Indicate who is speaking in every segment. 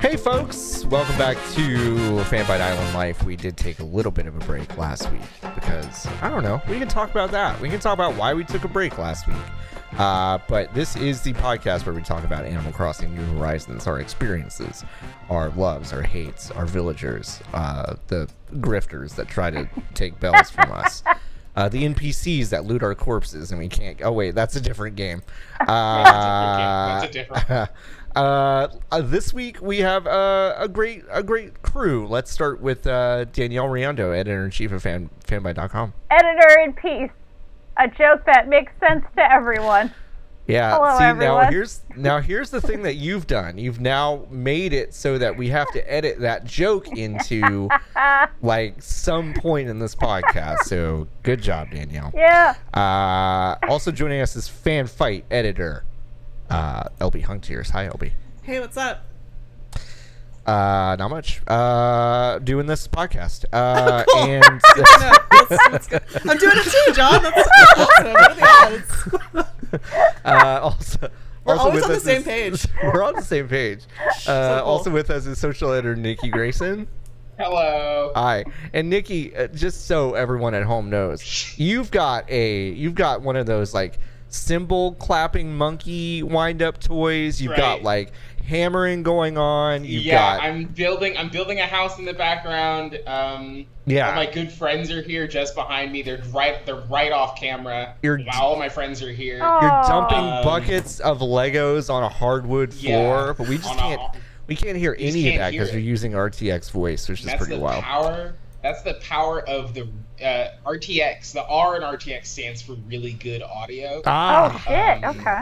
Speaker 1: Hey, folks, welcome back to Fanbite Island Life. We did take a little bit of a break last week because, I don't know, we can talk about that. We can talk about why we took a break last week. Uh, but this is the podcast where we talk about Animal Crossing New Horizons, our experiences, our loves, our hates, our villagers, uh, the grifters that try to take bells from us. Uh, the NPCs that loot our corpses and we can't. Oh wait, that's a different game. Uh,
Speaker 2: That's a different
Speaker 1: uh, uh, this week we have uh, a great a great crew. Let's start with uh, Danielle Riondo, editor in chief of fan, fanbite.com.
Speaker 3: editor in peace. A joke that makes sense to everyone.
Speaker 1: Yeah.
Speaker 3: Hello,
Speaker 1: see now
Speaker 3: everyone.
Speaker 1: here's now here's the thing that you've done. You've now made it so that we have to edit that joke into like some point in this podcast. So good job, Danielle.
Speaker 3: Yeah.
Speaker 1: Uh, also joining us is fan fight editor uh, LB Hungtears. Hi, LB.
Speaker 4: Hey, what's up?
Speaker 1: Uh, not much. Uh, doing this podcast. Uh, and
Speaker 4: No, that's, that's good. I'm doing it too, John. That's awesome. What are the odds?
Speaker 1: uh, also.
Speaker 4: We're
Speaker 1: also
Speaker 4: always
Speaker 1: with
Speaker 4: on the
Speaker 1: us
Speaker 4: same
Speaker 1: is-
Speaker 4: page.
Speaker 1: We're on the same page. Uh,
Speaker 4: cool.
Speaker 1: Also with us is social editor Nikki Grayson.
Speaker 2: Hello.
Speaker 1: Hi, and Nikki. Uh, just so everyone at home knows, you've got a you've got one of those like cymbal clapping monkey wind up toys. You've got
Speaker 2: Right.
Speaker 1: like hammering going on. You've
Speaker 2: yeah,
Speaker 1: got
Speaker 2: I'm building. I'm building a house in the background. Um,
Speaker 1: Yeah.
Speaker 2: all my good friends are here, just behind me. They're right. They're right off camera.
Speaker 1: You're-
Speaker 2: Wow, all my friends are here.
Speaker 3: Oh.
Speaker 1: You're dumping
Speaker 2: Um,
Speaker 1: buckets of Legos on a hardwood
Speaker 2: Yeah,
Speaker 1: floor, but we just
Speaker 2: on a-
Speaker 1: can't we can't hear
Speaker 2: just
Speaker 1: any of
Speaker 2: can't
Speaker 1: that
Speaker 2: hear
Speaker 1: because
Speaker 2: it.
Speaker 1: we're using RTX voice, which is
Speaker 2: That's
Speaker 1: pretty
Speaker 2: the
Speaker 1: wild.
Speaker 2: power. That's the power of the uh, RTX. The R in RTX stands for really good audio.
Speaker 3: Oh
Speaker 1: Ah,
Speaker 3: shit.
Speaker 2: Um,
Speaker 3: Okay.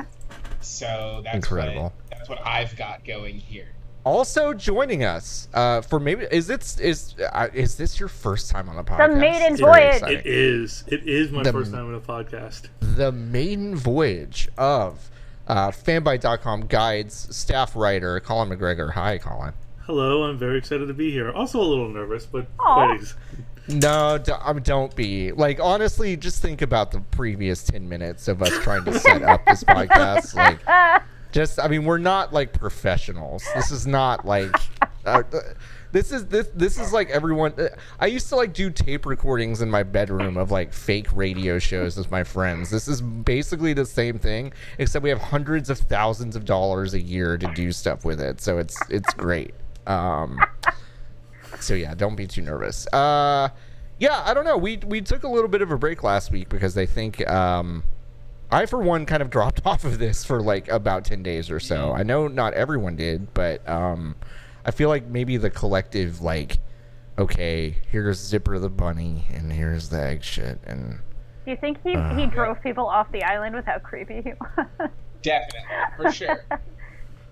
Speaker 2: So that's
Speaker 1: Incredible.
Speaker 2: What, that's what I've got going here.
Speaker 1: also joining us uh, for maybe is it is uh, is this your first time on the podcast?
Speaker 3: maiden
Speaker 1: It's very
Speaker 3: voyage.
Speaker 1: exciting.
Speaker 5: It is. It is my
Speaker 1: The-
Speaker 5: first time on a podcast.
Speaker 1: the maiden voyage of uh, fanbite.com guides staff writer Colin McGregor. Hi, Colin.
Speaker 5: Hello, I'm very excited to be here. Also a little nervous, but
Speaker 3: Aw.
Speaker 5: quite ex-
Speaker 1: No, d- um, don't be. Like, honestly, just think about the previous 10 minutes of us trying to set up this podcast. Like, just, I mean, we're not like professionals. This is not like. Uh, uh, this is this this is like everyone. Uh, I used to like do tape recordings in my bedroom of like fake radio shows with my friends. This is basically the same thing, except we have hundreds of thousands of dollars a year to do stuff with it. So it's it's great. Um, so yeah, don't be too nervous. Uh, yeah, I don't know. We we took a little bit of a break last week because I think um, I for one kind of dropped off of this for like about ten days or so. I know not everyone did, but um, I feel like maybe the collective like, okay, here's Zipper the bunny and here's the egg shit and
Speaker 3: Do you think he he drove people off the island with how creepy he was?
Speaker 2: Definitely, for sure.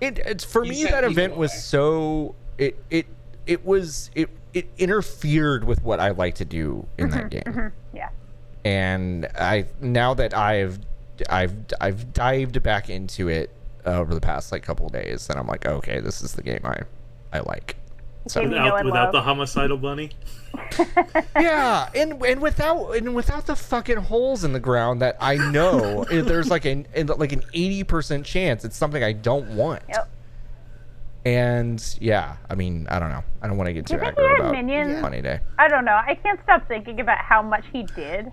Speaker 1: it it's for
Speaker 2: You
Speaker 1: me
Speaker 2: sent
Speaker 1: that
Speaker 2: people
Speaker 1: event was
Speaker 2: away.
Speaker 1: so it it it was it it interfered with what I like to do in that game.
Speaker 3: yeah.
Speaker 1: and I now that I've I've I've dived back into it uh, over the past like couple days, and I'm like, okay, this is the game I I like. So
Speaker 3: Game you know
Speaker 5: without,
Speaker 3: and
Speaker 5: without the
Speaker 3: love.
Speaker 5: homicidal bunny.
Speaker 1: yeah, and and without and without the fucking holes in the ground that I know eh, there's like an eh, like an eighty percent chance it's something I don't want.
Speaker 3: Yep.
Speaker 1: And yeah, I mean, I don't know. I don't want to get too
Speaker 3: you think
Speaker 1: aggro
Speaker 3: he had
Speaker 1: about
Speaker 3: minions?
Speaker 1: Money Day.
Speaker 3: I don't know. I can't stop thinking about how much he did.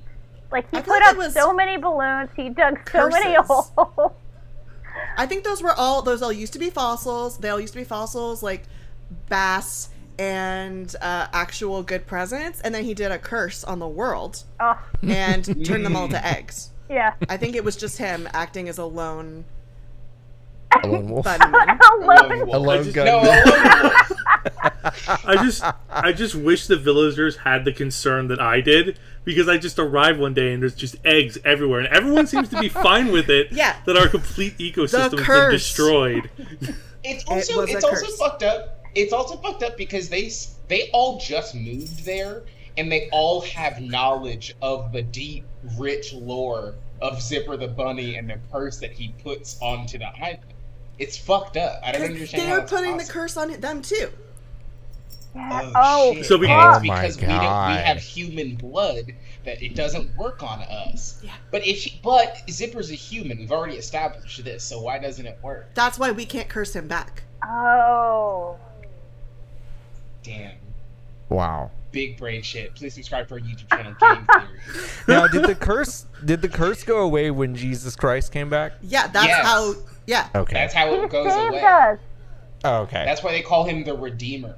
Speaker 3: Like he
Speaker 4: I
Speaker 3: put
Speaker 4: thought
Speaker 3: up
Speaker 4: it was
Speaker 3: so many balloons. He dug so many
Speaker 4: curses.
Speaker 3: holes.
Speaker 4: I think those were all those all used to be fossils. They all used to be fossils like bass and uh, actual good presents. And then he did a curse on the world
Speaker 3: Oh,
Speaker 4: and turned them all to eggs.
Speaker 3: yeah.
Speaker 4: I think it was just him acting as a lone
Speaker 1: A lone wolf.
Speaker 4: bunnyman.
Speaker 3: Alone.
Speaker 1: A
Speaker 2: wolf.
Speaker 1: lone
Speaker 5: just-
Speaker 1: gun.
Speaker 2: No, a lone wolf.
Speaker 5: I just I just wish the villagers had the concern that I did because I just arrived one day and there's just eggs everywhere and everyone seems to be fine with it.
Speaker 4: Yeah.
Speaker 5: That our complete ecosystem's been
Speaker 4: curse.
Speaker 5: destroyed.
Speaker 2: It's also
Speaker 4: was a
Speaker 2: it's also
Speaker 4: curse.
Speaker 2: fucked up. It's also fucked up because they s- they all just moved there and they all have knowledge of the deep, rich lore of Zipper the bunny and the curse that he puts onto the island. It's fucked up. I don't understand.
Speaker 4: They
Speaker 2: how
Speaker 4: were
Speaker 2: it's
Speaker 4: putting the
Speaker 2: possible.
Speaker 4: curse on them too.
Speaker 3: Yeah.
Speaker 2: Oh,
Speaker 3: Oh,
Speaker 2: shit.
Speaker 5: So we-
Speaker 2: And it's
Speaker 1: Oh my
Speaker 2: because we, don't, we
Speaker 1: God.
Speaker 2: have human blood that it doesn't work on us.
Speaker 4: Yeah.
Speaker 2: But if she, but Zipper's a human, we've already established this. So why doesn't it work?
Speaker 4: That's why we can't curse him back.
Speaker 3: oh.
Speaker 2: Damn,
Speaker 1: Wow.
Speaker 2: big brain shit. Please subscribe to our YouTube channel, Game Theory.
Speaker 1: Now, did the curse did the curse go away when Jesus Christ came back?
Speaker 4: Yeah, that's
Speaker 2: Yes.
Speaker 4: how. Yeah,
Speaker 1: Okay.
Speaker 2: That's how
Speaker 3: He
Speaker 2: it goes
Speaker 3: saved
Speaker 2: away.
Speaker 3: us.
Speaker 1: oh, okay.
Speaker 2: That's why they call him the Redeemer.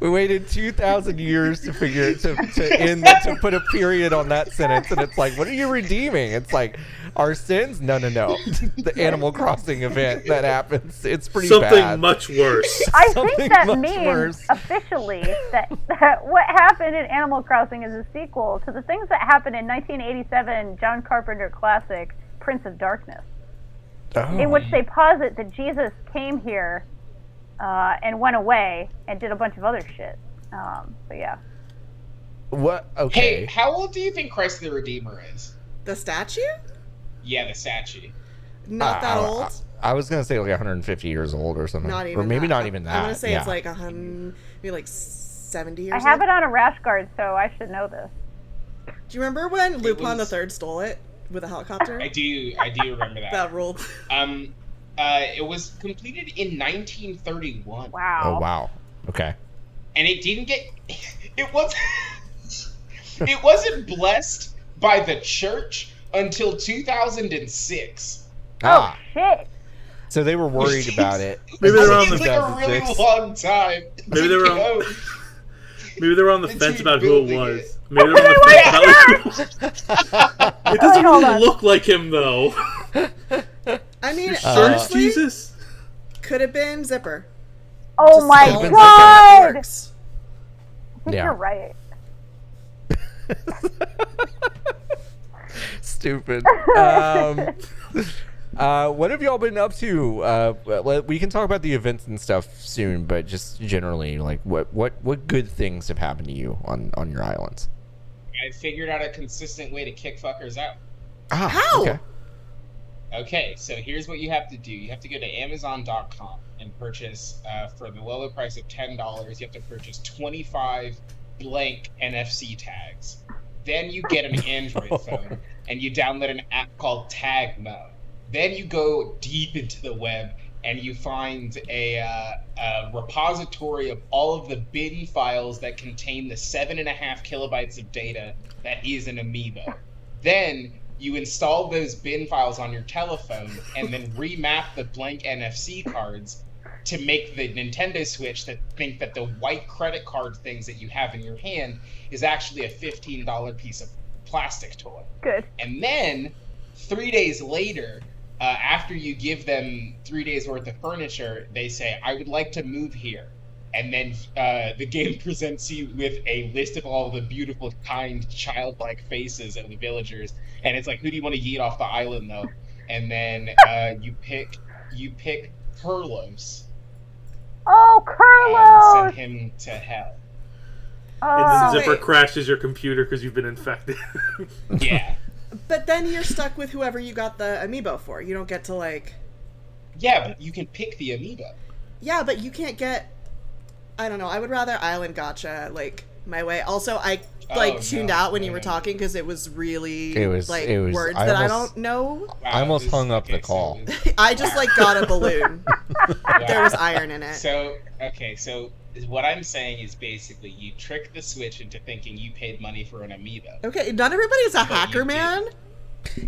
Speaker 1: we waited two thousand years to figure to to end that to put a period on that sentence, and it's like, what are you redeeming? It's like our sins? No, no, no. the Animal Crossing event that happens. It's pretty
Speaker 5: Something
Speaker 1: bad.
Speaker 5: much worse.
Speaker 3: I
Speaker 1: Something
Speaker 3: think that
Speaker 1: much
Speaker 3: means
Speaker 1: worse.
Speaker 3: officially that, that what happened in Animal Crossing is a sequel to the things that happened in 1987 John Carpenter classic Prince of Darkness,
Speaker 1: Oh.
Speaker 3: in which they posit that Jesus came here uh, and went away and did a bunch of other shit. Um, but yeah,
Speaker 1: what? Okay.
Speaker 2: hey, how old do you think Christ the Redeemer is?
Speaker 4: the statue.
Speaker 2: Yeah, the statue.
Speaker 4: Not that
Speaker 1: I- I-
Speaker 4: old.
Speaker 1: I, was gonna say like 150 years old or something.
Speaker 4: not even.
Speaker 1: Or maybe
Speaker 4: that.
Speaker 1: not even that.
Speaker 4: I'm gonna say it's
Speaker 1: Yeah.
Speaker 4: like a hundred, maybe like seventy or
Speaker 3: I
Speaker 4: something.
Speaker 3: have it on a rash guard, so I should know this.
Speaker 4: Do you remember when Lupin
Speaker 2: was-
Speaker 4: the Third stole it with a helicopter?
Speaker 2: I do, I do remember that.
Speaker 4: that ruled.
Speaker 2: Um, uh, it was completed in 1931.
Speaker 3: Wow.
Speaker 1: Oh wow. Okay.
Speaker 2: and it didn't get it was it wasn't blessed by the church until 2006
Speaker 4: Oh.
Speaker 1: Ah,
Speaker 3: Oh, Shit.
Speaker 1: so they were worried about it.
Speaker 5: Maybe they're on the
Speaker 2: it's like a really
Speaker 1: 2006.
Speaker 2: long time
Speaker 5: Maybe they were on-
Speaker 2: go.
Speaker 5: Maybe they were on the
Speaker 2: It's
Speaker 5: fence
Speaker 2: you
Speaker 5: about who it
Speaker 2: building
Speaker 5: was.
Speaker 2: it.
Speaker 5: Maybe they were on the fence about who it was. It doesn't
Speaker 3: hold
Speaker 5: really
Speaker 3: on.
Speaker 5: look like him though.
Speaker 4: I mean,
Speaker 5: Sure it's
Speaker 4: honestly,
Speaker 5: Jesus?
Speaker 4: could have been Zipper.
Speaker 3: Oh
Speaker 4: Just
Speaker 3: my
Speaker 4: stole it.
Speaker 3: god.
Speaker 4: Works.
Speaker 3: I think
Speaker 1: Yeah.
Speaker 3: You're right.
Speaker 1: Stupid. Um, uh, what have y'all been up to? Uh, well, we can talk about the events and stuff soon, but just generally, like what what what good things have happened to you on on your islands?
Speaker 2: i figured out a consistent way to kick fuckers out
Speaker 1: Ah,
Speaker 4: How?
Speaker 1: Okay.
Speaker 2: okay so here's what you have to do you have to go to amazon.com and purchase uh, for the low low price of $10 you have to purchase 25 blank nfc tags then you get an android phone and you download an app called tagmo then you go deep into the web and you find a, uh, a repository of all of the bin files that contain the seven and a half kilobytes of data that is an amoeba then you install those bin files on your telephone and then remap the blank nfc cards to make the nintendo switch that think that the white credit card things that you have in your hand is actually a $15 piece of plastic toy
Speaker 3: Good.
Speaker 2: and then three days later, uh, after you give them three days worth of furniture, they say, I would like to move here. And then uh, the game presents you with a list of all the beautiful, kind, childlike faces of the villagers. And it's like, who do you want to yeet off the island, though? And then uh, you pick you pick Perlos
Speaker 3: Oh,
Speaker 2: and send
Speaker 3: Carlos.
Speaker 2: him to hell.
Speaker 5: And then
Speaker 3: Oh.
Speaker 4: So
Speaker 5: Zipper
Speaker 4: wait.
Speaker 5: crashes your computer because you've been infected.
Speaker 2: Yeah.
Speaker 4: But then you're stuck with whoever you got the amiibo for. You don't get to like.
Speaker 2: Yeah, but you can pick the amiibo.
Speaker 4: Yeah, but you can't get. I don't know. I would rather island gotcha like my way. Also, I like
Speaker 2: Oh,
Speaker 4: tuned
Speaker 2: no.
Speaker 4: out when you
Speaker 2: No,
Speaker 4: were
Speaker 2: no.
Speaker 4: talking because it was really
Speaker 1: It was-
Speaker 4: like
Speaker 1: it was-
Speaker 4: words
Speaker 1: I
Speaker 4: that I
Speaker 1: almost-
Speaker 4: don't know.
Speaker 2: Wow,
Speaker 1: I almost
Speaker 2: this-
Speaker 1: hung up the
Speaker 2: okay, so
Speaker 1: call.
Speaker 2: this-
Speaker 4: I just like got a balloon. there
Speaker 2: wow.
Speaker 4: was iron in it.
Speaker 2: So okay, so what I'm saying is basically you trick the Switch into thinking you paid money for an amiibo.
Speaker 4: Okay, not everybody's a
Speaker 2: you
Speaker 4: hacker,
Speaker 2: did.
Speaker 4: man.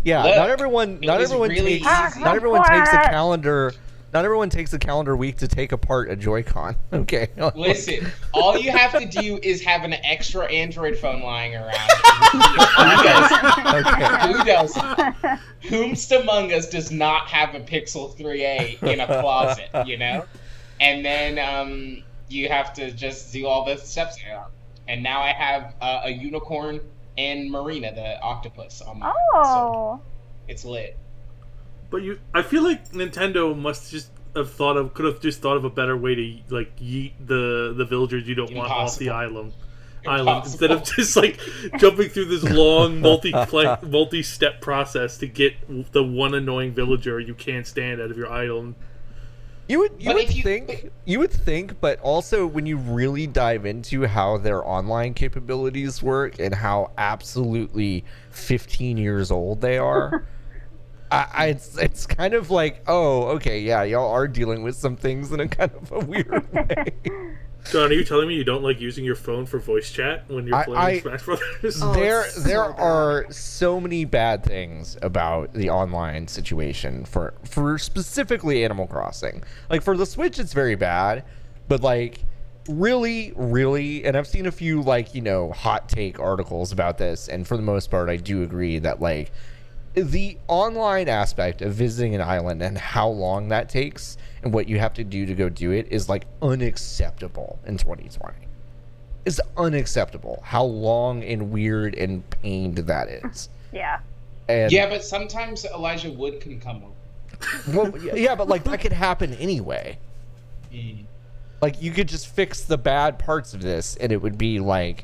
Speaker 1: Yeah,
Speaker 2: Look,
Speaker 1: not everyone.
Speaker 2: it
Speaker 1: Not
Speaker 2: was
Speaker 1: everyone
Speaker 2: really
Speaker 1: takes.
Speaker 2: easy.
Speaker 1: Not everyone takes a
Speaker 3: Quiet.
Speaker 1: calendar. Not everyone takes a calendar week to take apart a Joy-Con. Okay.
Speaker 2: Listen, all you have to do is have an extra Android phone lying around. Who does?
Speaker 1: okay.
Speaker 2: Who does? Whomst among us does not have a Pixel 3a in a closet, you know? And then um, you have to just do all the steps. And now I have uh, a unicorn and Marina, the octopus, on my so
Speaker 3: Oh.
Speaker 2: it's lit.
Speaker 5: But you, I feel like Nintendo must just have thought of, could have just thought of a better way to like yeet the the villagers you don't want off the
Speaker 2: Impossible.
Speaker 5: island. Island instead of
Speaker 2: Impossible.
Speaker 5: just like jumping through this long multi multi step process to get the one annoying villager you can't stand out of your island.
Speaker 1: You would. You
Speaker 2: But
Speaker 1: would
Speaker 2: if you-
Speaker 1: think. You would think, but also when you really dive into how their online capabilities work and how absolutely 15 years old they are. I, I, it's it's kind of like oh okay yeah y'all are dealing with some things in a kind of a weird way.
Speaker 5: John, are you telling me you don't like using your phone for voice chat when you're
Speaker 1: I-
Speaker 5: playing
Speaker 1: I-
Speaker 5: Smash Brothers?
Speaker 4: Oh,
Speaker 1: there
Speaker 4: it's so
Speaker 1: there
Speaker 4: bad.
Speaker 1: are so many bad things about the online situation for for specifically Animal Crossing. Like for the Switch it's very bad, but like really really and I've seen a few like, you know, hot take articles about this and for the most part I do agree that like the online aspect of visiting an island and how long that takes and what you have to do to go do it is like unacceptable in 2020 is unacceptable how long and weird and pained that is.
Speaker 3: Yeah.
Speaker 1: And
Speaker 2: Yeah, but sometimes Elijah Wood can come over.
Speaker 1: well, yeah, but like that could happen anyway.
Speaker 2: Mm.
Speaker 1: Like you could just fix the bad parts of this and it would be like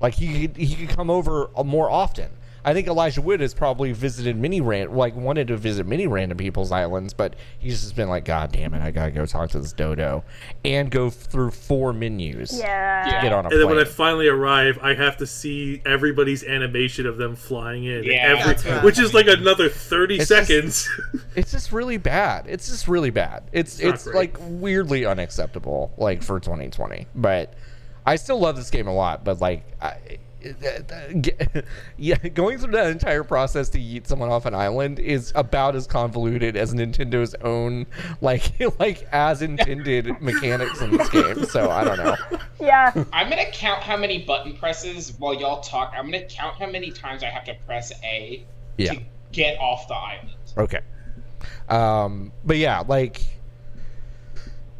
Speaker 1: like he could he could come over uh, more often. I think Elijah Wood has probably visited many ran like wanted to visit many random people's islands, but he's just been like, God damn it, I gotta go talk to this dodo and go through four menus.
Speaker 3: Yeah.
Speaker 2: Yeah.
Speaker 1: Get on a
Speaker 5: And then when I
Speaker 1: plane.
Speaker 5: finally arrive, I have to see everybody's animation of them flying in,
Speaker 2: Yeah,
Speaker 5: Every-
Speaker 4: that's rough.
Speaker 5: which is like another thirty
Speaker 1: It's just-
Speaker 5: seconds.
Speaker 1: It's just really bad. It's just really bad. It's
Speaker 5: not
Speaker 1: it's
Speaker 5: great.
Speaker 1: like weirdly unacceptable, like for 2020. But I still love this game a lot. But like, I, yeah, going through that entire process to yeet someone off an island is about as convoluted as Nintendo's own like like as intended mechanics in this game. So I don't know.
Speaker 3: Yeah.
Speaker 2: I'm gonna count how many button presses while y'all talk. I'm gonna count how many times I have to press A
Speaker 1: Yeah.
Speaker 2: to get off the island.
Speaker 1: Okay. Um, but yeah, like,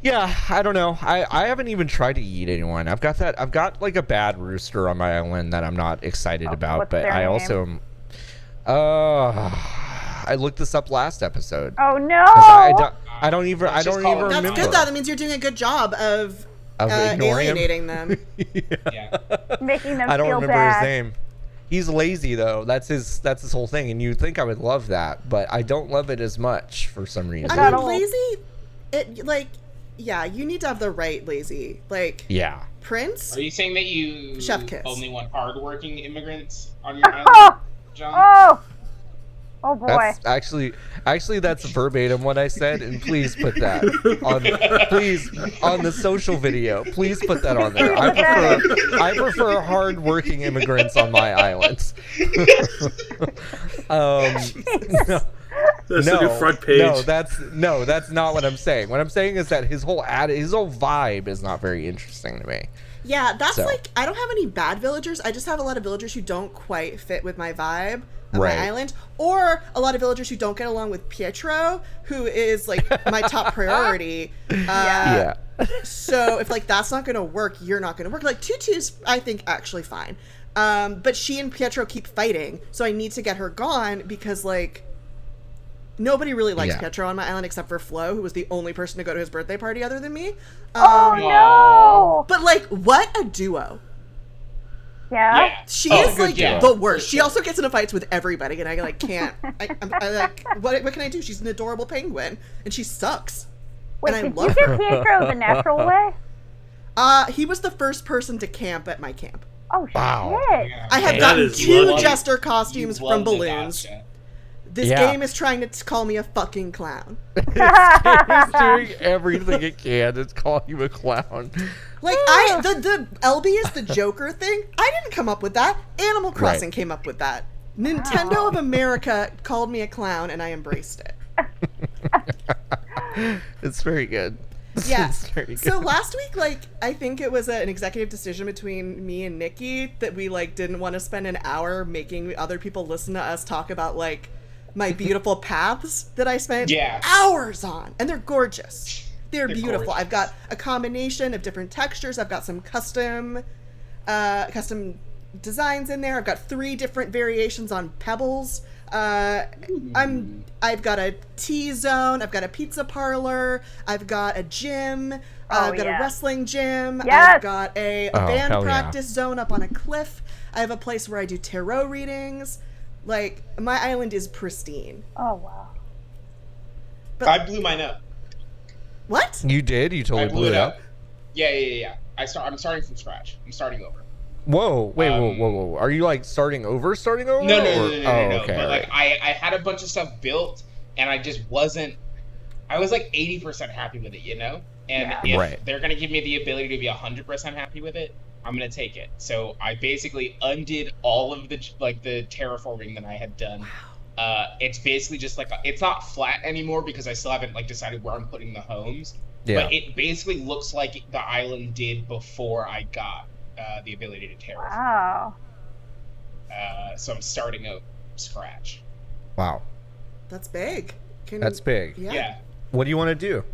Speaker 1: yeah, I don't know. I, I haven't even tried to eat anyone. I've got that. I've got like a bad rooster on my island that I'm not excited about.
Speaker 3: Oh, what's
Speaker 1: But
Speaker 3: their
Speaker 1: I
Speaker 3: name?
Speaker 1: also, am- uh, I looked this up last episode.
Speaker 3: Oh no.
Speaker 1: 'Cause I don't. I don't even. I
Speaker 2: Let's just
Speaker 1: don't
Speaker 2: call
Speaker 1: even
Speaker 2: it
Speaker 4: That's
Speaker 1: remember.
Speaker 4: good though. That means you're doing a good job of,
Speaker 1: Of
Speaker 4: uh,
Speaker 1: ignoring him?
Speaker 4: alienating them.
Speaker 2: Yeah.
Speaker 3: Making them
Speaker 1: I don't
Speaker 3: feel
Speaker 1: remember
Speaker 3: bad.
Speaker 1: his name. He's lazy though. That's his. That's his whole thing. And you think I would love that, but I don't love it as much for some reason.
Speaker 4: I
Speaker 3: Not
Speaker 4: mean,
Speaker 3: all.
Speaker 4: lazy. It like, yeah, you need to have the right lazy. Like
Speaker 1: yeah.
Speaker 4: Prince,
Speaker 2: Are you saying that you
Speaker 4: Chef kiss.
Speaker 2: only want hardworking immigrants on your island,
Speaker 3: Oh.
Speaker 4: Uh,
Speaker 2: John?
Speaker 3: Oh. Oh boy.
Speaker 1: That's actually, actually, that's verbatim what I said, and please put that on, please on the social video. Please put that on there. I prefer, I prefer hardworking immigrants on my islands. um, no,
Speaker 5: That's the
Speaker 1: no,
Speaker 5: new front page.
Speaker 1: no, that's no, that's not what I'm saying. What I'm saying is that his whole ad, his whole vibe is not very interesting to me.
Speaker 4: yeah, that's
Speaker 1: So.
Speaker 4: like I don't have any bad villagers. I just have a lot of villagers who don't quite fit with my vibe on
Speaker 1: Right.
Speaker 4: my island, or a lot of villagers who don't get along with Pietro, who is like my top priority. Uh,
Speaker 1: Yeah,
Speaker 4: So if like that's not gonna work, you're not gonna work. Like Tutu's, I think actually fine, um, but she and Pietro keep fighting, so I need to get her gone because like nobody really likes
Speaker 1: Yeah.
Speaker 4: Pietro on my island except for Flo, who was the only person to go to his birthday party other than me. Um,
Speaker 3: oh no.
Speaker 4: But like, what a duo!
Speaker 3: Yeah.
Speaker 2: Yeah.
Speaker 4: She
Speaker 2: Oh,
Speaker 4: is
Speaker 2: good
Speaker 4: like
Speaker 2: duo.
Speaker 4: the worst. She also gets into fights with everybody, and I like can't. I, I'm, I like what? What can I do? She's an adorable penguin, and she sucks.
Speaker 3: Wait,
Speaker 4: and I
Speaker 3: did
Speaker 4: love
Speaker 3: you get Pietro the natural way?
Speaker 4: Uh, he was the first person to camp at my camp.
Speaker 3: Oh
Speaker 1: Wow.
Speaker 3: shit.
Speaker 2: Yeah.
Speaker 4: I have
Speaker 5: That
Speaker 4: gotten
Speaker 5: is
Speaker 4: two
Speaker 5: lucky.
Speaker 4: jester
Speaker 2: You
Speaker 4: costumes from
Speaker 2: love the
Speaker 4: balloons.
Speaker 2: gotcha.
Speaker 4: This
Speaker 1: Yeah.
Speaker 4: game is trying to t- call me a fucking clown.
Speaker 1: he's doing everything it can to call you a clown.
Speaker 4: Like I, the the LB is the Joker thing. I didn't come up with that. Animal Crossing came up with that. Nintendo of America called me a clown, and I embraced it.
Speaker 1: It's very good.
Speaker 4: Yeah.
Speaker 1: it's very good.
Speaker 4: So last week, like, I think it was a, an executive decision between me and Nikki that we like didn't want to spend an hour making other people listen to us talk about like my beautiful paths that I spent
Speaker 2: Yeah.
Speaker 4: hours on, and they're gorgeous. They're,
Speaker 2: They're
Speaker 4: beautiful.
Speaker 2: gorgeous.
Speaker 4: I've got a combination of different textures. I've got some custom, uh, custom designs in there. I've got three different variations on pebbles. Uh, I'm I've got a T zone. I've got a pizza parlor. I've got a gym. uh, I've got
Speaker 3: Oh, yeah.
Speaker 4: a wrestling gym.
Speaker 3: Yes!
Speaker 4: I've got a, a
Speaker 1: Oh,
Speaker 4: band
Speaker 1: hell yeah.
Speaker 4: practice zone up on a cliff. I have a place where I do tarot readings. Like my island is pristine.
Speaker 3: Oh wow.
Speaker 2: I blew mine up.
Speaker 4: What?
Speaker 1: you did. You
Speaker 2: I
Speaker 1: totally
Speaker 2: Oh, blew it up. Yeah, yeah, yeah. yeah. I start. I'm starting from scratch. I'm starting over.
Speaker 1: Whoa! Wait! whoa!
Speaker 2: Um,
Speaker 1: Whoa! Whoa! Are you like starting over? Starting over?
Speaker 2: No, no, no,
Speaker 1: or-
Speaker 2: no, no, no,
Speaker 1: oh,
Speaker 2: no.
Speaker 1: okay.
Speaker 2: but like,
Speaker 1: alright.
Speaker 2: I, I had a bunch of stuff built, and I just wasn't. I was like eighty percent happy with it, you know. And
Speaker 1: Yeah.
Speaker 2: if
Speaker 1: Right.
Speaker 2: they're gonna give me the ability to be hundred percent happy with it, I'm gonna take it. So I basically undid all of the like the terraforming that I had done. Uh, it's basically just like it's not flat anymore because I still haven't like decided where I'm putting the homes.
Speaker 1: yeah.
Speaker 2: But it basically looks like the island did before I got uh, the ability to terraform.
Speaker 3: Wow.
Speaker 2: Uh, so I'm starting out scratch.
Speaker 1: wow.
Speaker 4: That's big. Can,
Speaker 1: That's big.
Speaker 4: Yeah.
Speaker 2: yeah.
Speaker 1: What do you want to do?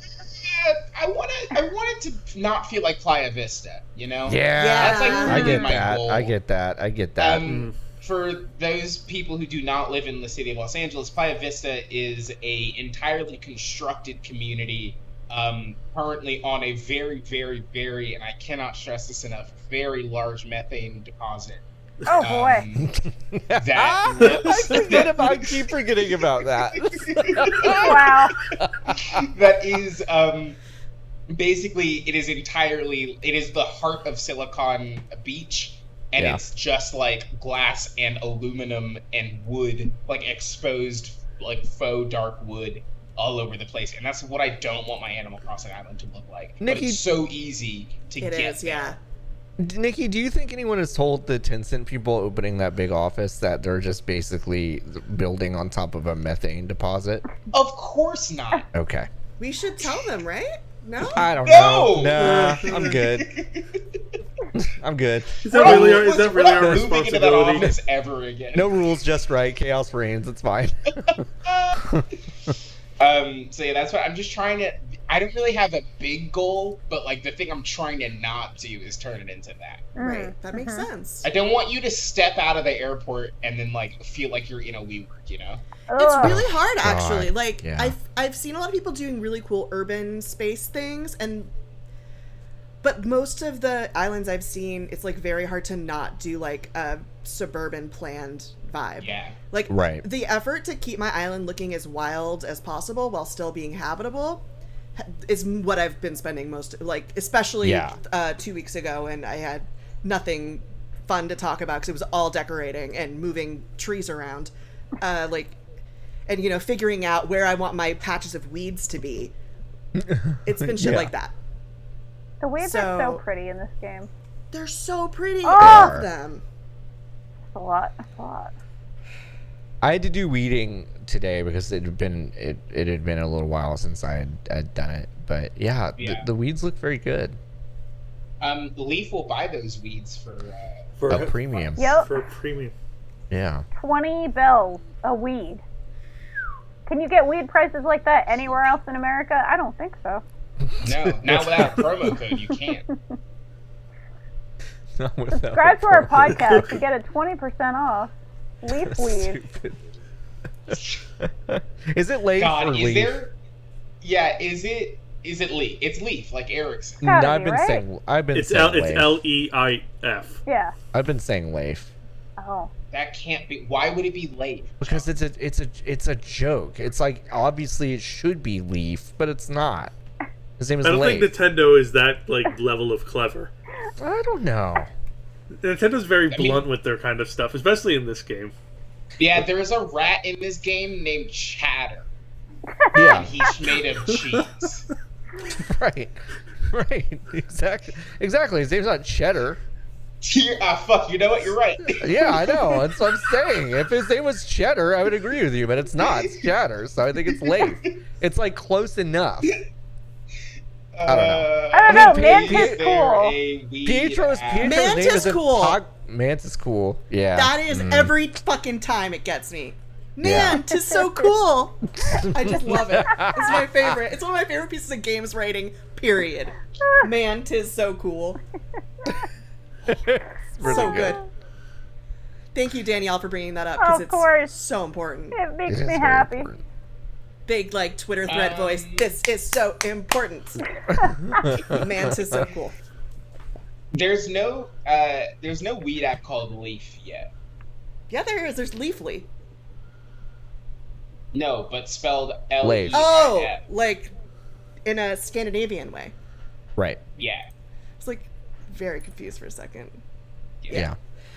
Speaker 2: Yeah, I want to. I want it to not feel like Playa Vista. You know.
Speaker 1: Yeah.
Speaker 4: Yeah.
Speaker 2: That's like
Speaker 4: I
Speaker 1: I
Speaker 2: really
Speaker 1: get
Speaker 2: Um, my
Speaker 1: that.
Speaker 2: goal.
Speaker 1: I get that. I get that. Mm.
Speaker 2: Um, for those people who do not live in the city of Los Angeles, Playa Vista is a entirely constructed community. Um, currently on a very, very, very, and I cannot stress this enough, very large methane deposit.
Speaker 3: Oh boy.
Speaker 2: Um,
Speaker 1: Ah,
Speaker 2: that
Speaker 1: I forget about. I keep forgetting about that.
Speaker 3: Oh, wow.
Speaker 2: that is um, basically it is entirely it is the heart of Silicon Beach, and
Speaker 1: Yeah.
Speaker 2: it's just like glass and aluminum and wood, like exposed like faux dark wood all over the place, and that's what I don't want my Animal Crossing island to look like. but
Speaker 1: Nikki-
Speaker 2: it's so easy to
Speaker 4: It
Speaker 2: get.
Speaker 4: is. Yeah.
Speaker 1: D- Nikki, do you think anyone has told the Tencent people opening that big office that they're just basically building on top of a methane deposit?
Speaker 2: Of course not.
Speaker 1: Okay.
Speaker 4: We should tell them, right? No.
Speaker 1: I don't know.
Speaker 2: No!
Speaker 1: Nah, I'm good. I'm good.
Speaker 5: Is that really our, is
Speaker 2: We're
Speaker 5: that really
Speaker 2: not
Speaker 5: our
Speaker 2: moving into that
Speaker 5: responsibility?
Speaker 2: office ever again.
Speaker 1: No rules, just right. Chaos reigns. It's fine.
Speaker 2: Um, so yeah, that's what I'm just trying to. I don't really have a big goal, but like the thing I'm trying to not do is turn it into that.
Speaker 4: Right. That makes
Speaker 3: Mm-hmm.
Speaker 4: sense.
Speaker 2: I don't want you to step out of the airport and then like feel like you're in a WeWork, you know?
Speaker 4: It's
Speaker 3: Ugh.
Speaker 4: really hard, actually. Like
Speaker 1: Yeah.
Speaker 4: I've I've seen a lot of people doing really cool urban space things, and but most of the islands I've seen, it's like very hard to not do like a suburban planned vibe.
Speaker 2: Yeah.
Speaker 4: Like
Speaker 1: Right.
Speaker 4: the effort to keep my island looking as wild as possible while still being habitable ha- is m- what I've been spending most like especially
Speaker 1: Yeah.
Speaker 4: uh, 2 weeks ago and I had nothing fun to talk about cuz it was all decorating and moving trees around uh, like and you know figuring out where I want my patches of weeds to be. It's been shit
Speaker 1: Yeah.
Speaker 4: like that.
Speaker 3: The waves are so
Speaker 4: So-
Speaker 3: pretty in this game.
Speaker 4: They're so pretty.
Speaker 3: Oh!
Speaker 4: I love them.
Speaker 3: It's a lot. It's a lot.
Speaker 1: I had to do weeding today because it had been it, it had been a little while since I had, had done it. But yeah,
Speaker 2: Yeah.
Speaker 1: The, the weeds look very good.
Speaker 2: Um, Leaf will buy those weeds for. Uh,
Speaker 5: For,
Speaker 1: A premium.
Speaker 3: Yep.
Speaker 5: for a premium.
Speaker 1: Yeah.
Speaker 3: Twenty bells a weed. Can you get weed prices like that anywhere else in America? I don't think so.
Speaker 2: no, not without a promo code, you can't.
Speaker 1: Not without
Speaker 3: Subscribe to our podcast to get a twenty percent off leaf weed.
Speaker 1: Stupid. is it late or
Speaker 2: God, is
Speaker 1: leaf?
Speaker 2: there? Yeah, is it? Is it Leaf? It's Leaf, like Erickson.
Speaker 1: No,
Speaker 3: Gotta
Speaker 1: I've
Speaker 3: be,
Speaker 1: been
Speaker 3: right?
Speaker 1: saying I've been
Speaker 5: It's
Speaker 1: saying
Speaker 5: L. It's
Speaker 1: leaf.
Speaker 5: L E I F.
Speaker 3: Yeah.
Speaker 1: I've been saying leaf
Speaker 3: Oh.
Speaker 2: That can't be. Why would it be late?
Speaker 1: because it's a it's a it's a joke. It's like obviously it should be leaf, but it's not. His name is
Speaker 5: I don't
Speaker 1: Leif.
Speaker 5: think Nintendo is that like level of clever.
Speaker 1: I don't know.
Speaker 5: Nintendo's very
Speaker 2: mean-
Speaker 5: blunt with their kind of stuff, especially in this game.
Speaker 2: Yeah, there is a rat in this game named Chatter.
Speaker 1: Yeah,
Speaker 2: He's made of cheese.
Speaker 1: right, right, exactly, exactly. His name's not Cheddar.
Speaker 2: Cheer- ah, fuck. You know what? You're right.
Speaker 1: Yeah, I know. That's what I'm saying. If his name was Cheddar, I would agree with you, but it's not. It's Cheddar, so I think it's Leif. It's like close enough. don't know.
Speaker 3: I don't know,
Speaker 1: Mantis
Speaker 2: Uh, is there
Speaker 3: cool.
Speaker 2: a weed
Speaker 1: Pietro's
Speaker 2: app?
Speaker 1: Pietro's name
Speaker 4: Mantis
Speaker 1: is in
Speaker 4: cool.
Speaker 1: Pog- Mantis cool. Yeah.
Speaker 4: That is
Speaker 1: Mm.
Speaker 4: every fucking time it gets me.
Speaker 1: Yeah.
Speaker 4: Man, tis so cool. I just love it. It's my favorite. It's one of my favorite pieces of games writing, period. Man, tis so cool.
Speaker 1: It's really
Speaker 4: so good. Thank you, Danielle, for bringing that up because
Speaker 3: Of
Speaker 4: it's
Speaker 3: course.
Speaker 4: so important.
Speaker 3: It
Speaker 1: It
Speaker 3: makes
Speaker 1: is
Speaker 3: me
Speaker 1: very
Speaker 3: happy.
Speaker 1: important.
Speaker 4: Big like Twitter
Speaker 1: Um.
Speaker 4: thread voice. This is so important. Man, tis so cool.
Speaker 2: There's no uh, there's no weed app called Leaf yet.
Speaker 4: Yeah, there is. There's Leafly.
Speaker 2: No, but spelled L E.
Speaker 1: Leaf.
Speaker 4: Oh,
Speaker 2: Yeah.
Speaker 4: like in a Scandinavian way.
Speaker 1: Right.
Speaker 2: Yeah.
Speaker 4: It's like very confused for a second.
Speaker 1: Yeah.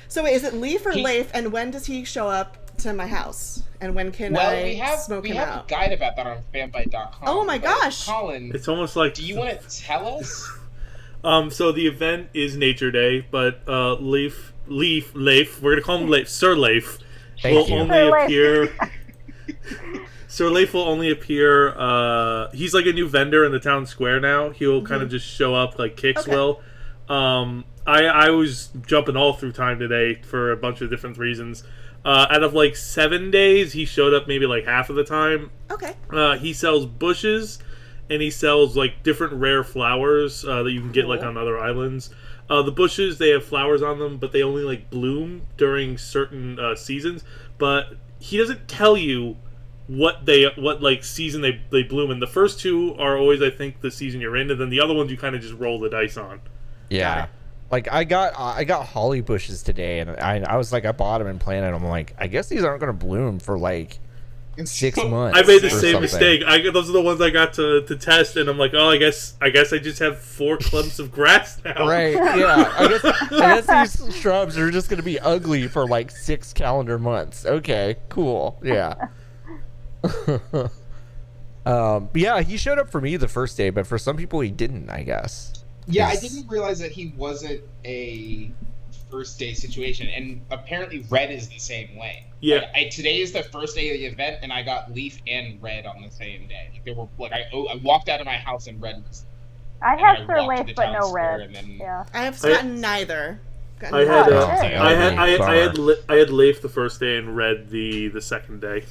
Speaker 4: So wait, is it Leaf or
Speaker 2: He-
Speaker 4: Leif? And when does he show up to my house? And when can
Speaker 2: Well,
Speaker 4: I
Speaker 2: we have
Speaker 4: smoke
Speaker 2: we
Speaker 4: him
Speaker 2: have
Speaker 4: out?
Speaker 2: a guide about that on fanbite.com.
Speaker 4: Oh my
Speaker 2: but
Speaker 4: gosh.
Speaker 2: Colin,
Speaker 5: It's almost like
Speaker 2: do you want to tell us?
Speaker 5: Um, so the event is Nature Day, but uh, Leaf, Leaf, Leif, we're gonna call him Leif, Sir Leif,
Speaker 1: Thank
Speaker 5: will
Speaker 1: you.
Speaker 5: only
Speaker 3: Sir Leif.
Speaker 5: appear. Sir Leif will only appear. Uh, he's like a new vendor in the town square now. He'll kind
Speaker 3: Mm-hmm.
Speaker 5: of just show up like Kicks
Speaker 4: Okay.
Speaker 5: will. Um, I I was jumping all through time today for a bunch of different reasons. Uh, out of like seven days, he showed up maybe like half of the time.
Speaker 4: Okay.
Speaker 5: Uh, he sells bushes, and he sells like different rare flowers uh, that you can get like
Speaker 4: Cool.
Speaker 5: on other islands. Uh, the bushes they have flowers on them, but they only like bloom during certain uh, seasons. But he doesn't tell you what they what like season they they bloom in. The first two are always I think the season you're in, and then the other ones you kind of just roll the dice on.
Speaker 1: Yeah. Like I got uh, I got holly bushes today, and I I was like I bought them and planted them. I'm like I guess these aren't gonna bloom for like six months.
Speaker 5: I made the
Speaker 1: or
Speaker 5: same
Speaker 1: something.
Speaker 5: mistake. I got- those are the ones I got to, to test, and I'm like, oh, I guess I guess I just have four clumps of grass now.
Speaker 1: Right? Yeah. I guess I guess these shrubs are just gonna be ugly for like six calendar months. Okay. Cool. Yeah. um. Yeah. He showed up for me the first day, but for some people he didn't. I guess.
Speaker 2: Yeah, I
Speaker 1: Yes.
Speaker 2: didn't realize that he wasn't a first day situation, and apparently Red is the same way.
Speaker 5: Yeah.
Speaker 2: Like, I, today is the first day of the event, and I got Leaf and Red on the same day. Like, they were like I, oh, I walked out of my house and Red was.
Speaker 3: I
Speaker 2: and
Speaker 3: have Sir
Speaker 2: walked to the
Speaker 3: Leif, but
Speaker 2: town
Speaker 3: no
Speaker 2: square,
Speaker 3: Red.
Speaker 2: and then-
Speaker 3: Yeah.
Speaker 4: I have
Speaker 5: I-
Speaker 4: gotten neither. Gotten
Speaker 5: I had,
Speaker 3: Oh,
Speaker 5: uh,
Speaker 3: shit.
Speaker 5: I had I had I had
Speaker 1: Bummer.
Speaker 5: li- I had Leif the first day and Red the the second day.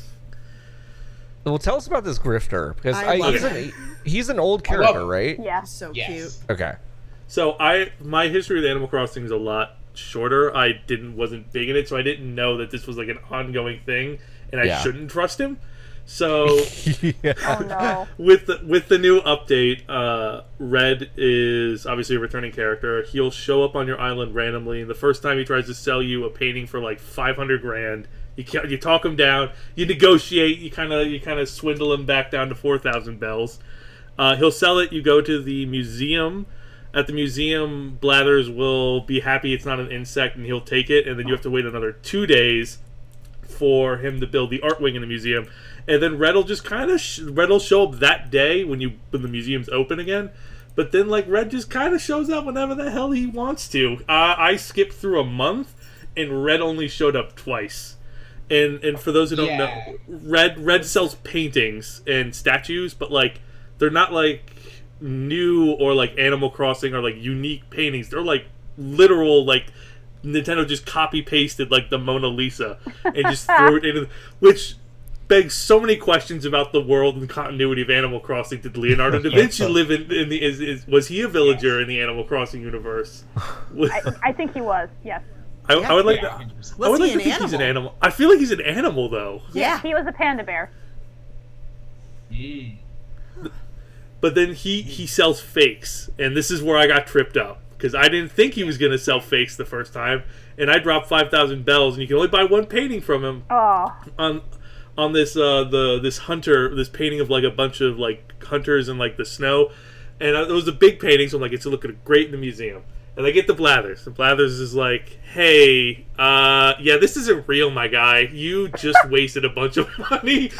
Speaker 1: Well, tell us about this grifter because
Speaker 4: I
Speaker 1: I
Speaker 4: love
Speaker 1: he's
Speaker 4: him.
Speaker 1: an, he's an old
Speaker 2: I love
Speaker 1: character,
Speaker 2: him.
Speaker 1: right?
Speaker 3: Yeah.
Speaker 4: so cute.
Speaker 2: Yes.
Speaker 1: Okay.
Speaker 5: So I my history with Animal Crossing is a lot shorter. I didn't wasn't big in it, so I didn't know that this was like an ongoing thing, and I
Speaker 1: Yeah.
Speaker 5: shouldn't trust him. So
Speaker 3: Oh no.
Speaker 5: with the, with the new update, uh, Red is obviously a returning character. He'll show up on your island randomly, and the first time he tries to sell you a painting for like five hundred grand, you ca- you talk him down, you negotiate, you kind of you kind of swindle him back down to four thousand bells. Uh, he'll sell it. You go to the museum. At the museum, Blathers will be happy it's not an insect, and he'll take it. And then you have to wait another two days for him to build the art wing in the museum, and then Red will just kind of sh- Red will show up that day when you when the museum's open again. But then like Red just kind of shows up whenever the hell he wants to. Uh, I skipped through a month, and Red only showed up twice. And and for those who don't
Speaker 2: Yeah.
Speaker 5: know, Red Red sells paintings and statues, but like they're not like new or like Animal Crossing or like unique paintings. They're like literal like Nintendo just copy pasted like the Mona Lisa and just threw it into, which begs so many questions about the world and continuity of Animal Crossing. Did Leonardo da Vinci live in, in the? Is, is was he a villager in the Animal Crossing universe? I,
Speaker 3: I think he was. Yes.
Speaker 5: I, would like.
Speaker 2: Yeah,
Speaker 5: to,
Speaker 2: 100%.
Speaker 5: I
Speaker 4: Was
Speaker 5: would
Speaker 4: he
Speaker 5: like to
Speaker 4: an
Speaker 5: think
Speaker 4: animal?
Speaker 5: he's an animal. I feel like he's an animal though.
Speaker 4: Yeah.
Speaker 3: He was a panda bear.
Speaker 2: Mm.
Speaker 5: But then he he sells fakes, and this is where I got tripped up because I didn't think he was gonna sell fakes the first time, and I dropped five thousand bells, and you can only buy one painting from him.
Speaker 3: Oh.
Speaker 5: on on this uh the this hunter this painting of like a bunch of like hunters in like the snow and I, it was a big painting so i'm like it's looking great in the museum and i get the blathers and blathers is like hey uh yeah this isn't real my guy you just wasted a bunch of money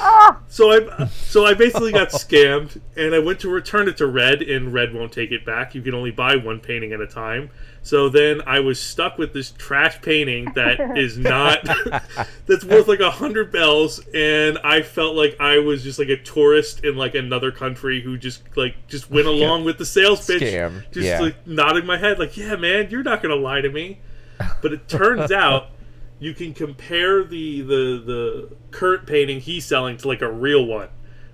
Speaker 5: so i so i basically got scammed and i went to return it to red and red won't take it back you can only buy one painting at a time So then I was stuck with this trash painting that is not that's worth like a hundred bells, and I felt like I was just like a tourist in like another country who just like just went along with the sales pitch,
Speaker 1: Scam,
Speaker 5: just
Speaker 1: yeah.
Speaker 5: like nodding my head like, yeah, man, you're not gonna lie to me. But it turns out you can compare the the the current painting he's selling to like a real one,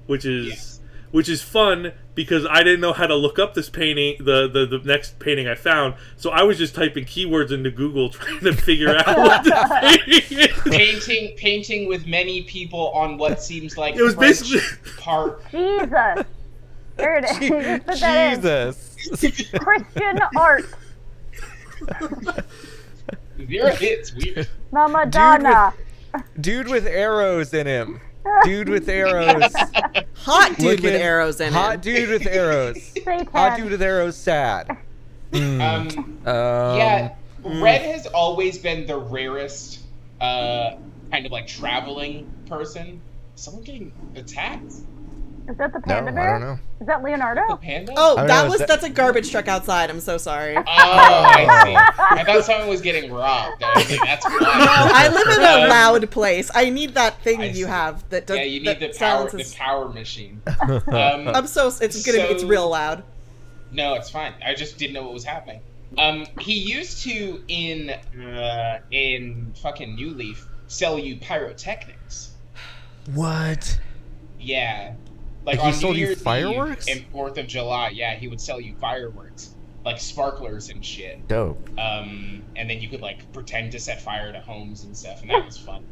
Speaker 5: which is
Speaker 2: Yes.
Speaker 5: which is fun because I didn't know how to look up this painting, the, the the next painting I found. So I was just typing keywords into Google trying to figure out what this painting is.
Speaker 2: painting painting with many people on what seems like
Speaker 5: It was
Speaker 2: French
Speaker 5: basically-
Speaker 2: park.
Speaker 3: Jesus. There it is. You just put that in.
Speaker 1: Jesus.
Speaker 3: Christian art.
Speaker 2: Zero hits. Weird.
Speaker 3: Mama Donna.
Speaker 1: Dude with arrows in him. Dude with arrows.
Speaker 4: Hot dude
Speaker 1: Looking-
Speaker 4: with arrows in
Speaker 1: Hot
Speaker 4: him.
Speaker 1: dude with arrows. Hot dude
Speaker 3: Satan.
Speaker 1: with arrows sad.
Speaker 2: Um,
Speaker 1: Um,
Speaker 2: yeah,
Speaker 5: hmm.
Speaker 2: Red has always been the rarest uh, kind of like traveling person. Someone getting attacked?
Speaker 3: Is that the
Speaker 1: No,
Speaker 3: panda
Speaker 1: I
Speaker 3: bear?
Speaker 1: don't know.
Speaker 3: Is that
Speaker 2: The
Speaker 3: Leonardo?
Speaker 2: panda?
Speaker 4: Oh,
Speaker 1: I don't know,
Speaker 4: that
Speaker 1: is
Speaker 4: was
Speaker 1: that-
Speaker 4: that's a garbage truck outside. I'm so sorry.
Speaker 2: Oh, I see. I thought someone was getting robbed. I was like, that's why.
Speaker 4: Oh, I live in
Speaker 2: Um,
Speaker 4: a loud place. I need that thing
Speaker 2: I see.
Speaker 4: you have that does
Speaker 2: Yeah, you
Speaker 4: that
Speaker 2: need the power,
Speaker 4: silences.
Speaker 2: the power machine. Um,
Speaker 4: I'm so it's gonna be it's
Speaker 2: So-
Speaker 4: real loud.
Speaker 2: No, it's fine. I just didn't know what was happening. Um, he used to in uh, in fucking New Leaf sell you pyrotechnics.
Speaker 1: What?
Speaker 2: Yeah, like
Speaker 1: He
Speaker 2: on
Speaker 1: sold
Speaker 2: New
Speaker 1: you
Speaker 2: Year's Eve
Speaker 1: fireworks?
Speaker 2: and Fourth of July. Yeah, he would sell you fireworks, like sparklers and shit.
Speaker 1: Dope.
Speaker 2: Um, and then you could like pretend to set fire to homes and stuff, and that was fun.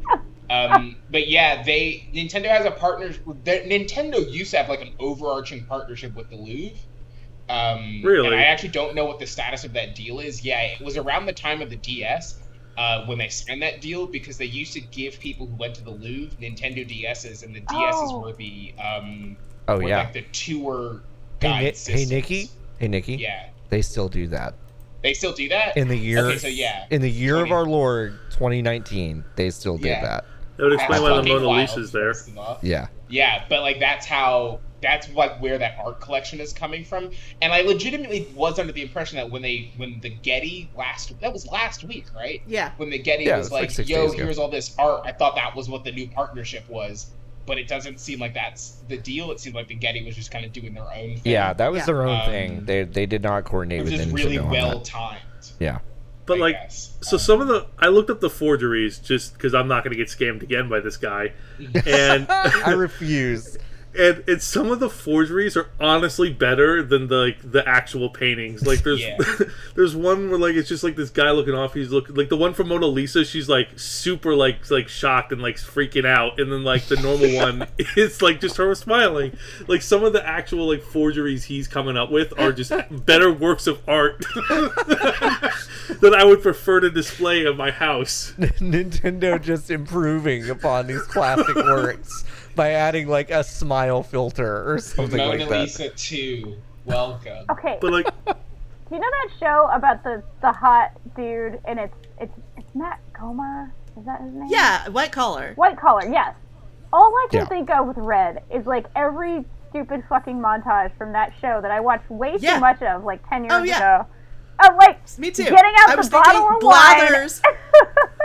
Speaker 2: Um, but yeah, they Nintendo has a partner. their- Nintendo used to have like an overarching partnership with the Louvre. Um,
Speaker 5: Really?
Speaker 2: And I actually don't know what the status of that deal is. Yeah, it was around the time of the DS uh, when they signed that deal because they used to give people who went to the Louvre Nintendo DSs, and the DSs
Speaker 3: Oh.
Speaker 2: were the um,
Speaker 1: Oh
Speaker 2: were,
Speaker 1: yeah.
Speaker 2: like the tour guide
Speaker 1: Hey, Ni- hey
Speaker 2: systems.
Speaker 1: Nikki. Hey Nikki.
Speaker 2: Yeah,
Speaker 1: They still do that
Speaker 2: they still do that.
Speaker 1: in the year.
Speaker 2: Okay, so yeah.
Speaker 1: In the year of
Speaker 2: 20
Speaker 1: our Lord 2019, they still did
Speaker 2: Yeah.
Speaker 1: that.
Speaker 5: That would explain why the
Speaker 2: Fucking
Speaker 5: Mona
Speaker 2: wild.
Speaker 5: Lisa's there.
Speaker 1: Yeah.
Speaker 2: Yeah, but like that's how that's like where that art collection is coming from. And I legitimately was under the impression that when they when the Getty last that was last week, right?
Speaker 4: Yeah.
Speaker 2: When the Getty
Speaker 1: Yeah,
Speaker 2: was
Speaker 1: it's like
Speaker 2: like,
Speaker 1: six
Speaker 2: "Yo,
Speaker 1: days ago."
Speaker 2: here's all this art," I thought that was what the new partnership was. But it doesn't seem like that's the deal. It seemed like the Getty was just kind of doing their own thing.
Speaker 1: Yeah, that was
Speaker 4: Yeah.
Speaker 1: their own
Speaker 2: Um,
Speaker 1: thing. They they did not
Speaker 2: it
Speaker 1: coordinate
Speaker 2: was
Speaker 1: with
Speaker 2: just
Speaker 1: Nintendo
Speaker 2: really
Speaker 1: on
Speaker 2: well
Speaker 1: that.
Speaker 2: timed.
Speaker 1: Yeah.
Speaker 5: But
Speaker 2: I
Speaker 5: like,
Speaker 2: guess.
Speaker 5: so
Speaker 2: Um,
Speaker 5: some of the I looked up the forgeries just because I'm not gonna get scammed again by this guy, and
Speaker 1: I refuse.
Speaker 5: and and some of the forgeries are honestly better than the like, the actual paintings. Like there's
Speaker 2: Yeah.
Speaker 5: there's one where like it's just like this guy looking off. He's looking like the one from Mona Lisa. She's like super like like shocked and like freaking out, and then like the normal one is like just her smiling. Like some of the actual like forgeries he's coming up with are just better works of art that I would prefer to display in my house.
Speaker 1: Nintendo just improving upon these classic works by adding like a smile filter or something
Speaker 2: Mona
Speaker 1: like that.
Speaker 2: Lisa too. Welcome.
Speaker 3: Okay.
Speaker 5: But like
Speaker 3: Do you know that show about the the hot dude and it's it's it's Matt Comer? Is that his name?
Speaker 4: Yeah, white collar.
Speaker 3: White collar, yes. All I can
Speaker 1: Yeah.
Speaker 3: think of with red is like every stupid fucking montage from that show that I watched way
Speaker 4: Yeah.
Speaker 3: too much of, like ten years
Speaker 4: Oh, yeah.
Speaker 3: ago. Of like
Speaker 4: Me too.
Speaker 3: getting out
Speaker 4: I
Speaker 3: the
Speaker 4: was
Speaker 3: bottle
Speaker 4: thinking
Speaker 3: of wine.
Speaker 4: Blathers.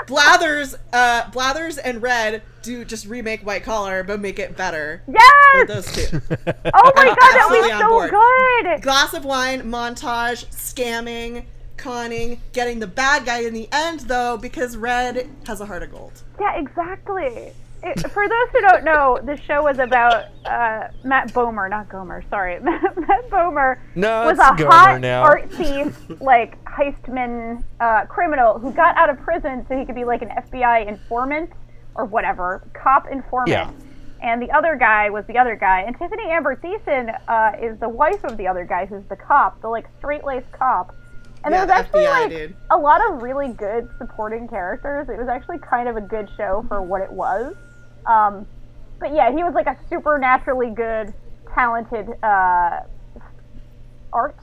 Speaker 4: Blathers, uh, Blathers and Red do just remake White Collar, but make it better.
Speaker 3: Yes!
Speaker 4: Those two.
Speaker 3: Oh my god, that
Speaker 4: absolutely
Speaker 3: was
Speaker 4: on
Speaker 3: so
Speaker 4: board.
Speaker 3: good.
Speaker 4: Glass of wine, montage, scamming, conning, getting the bad guy in the end, though, because Red has a heart of gold.
Speaker 3: Yeah, exactly. It, for those who don't know, the show was about uh, Matt Bomer, not Gomer. Sorry, Matt, Matt Bomer
Speaker 1: No,
Speaker 3: was
Speaker 1: it's
Speaker 3: a
Speaker 1: Gomer
Speaker 3: hot
Speaker 1: now.
Speaker 3: art thief, like heistman uh, criminal who got out of prison so he could be like an FBI informant or whatever, cop informant.
Speaker 1: Yeah.
Speaker 3: And the other guy was the other guy, and Tiffany Amber Thiessen uh, is the wife of the other guy, who's the cop, the like straight laced cop. And
Speaker 4: Yeah,
Speaker 3: there was
Speaker 4: the
Speaker 3: actually
Speaker 4: FBI
Speaker 3: like
Speaker 4: dude.
Speaker 3: a lot of really good supporting characters. It was actually kind of a good show for what it was. Um, but yeah, he was like a supernaturally good, talented uh, art.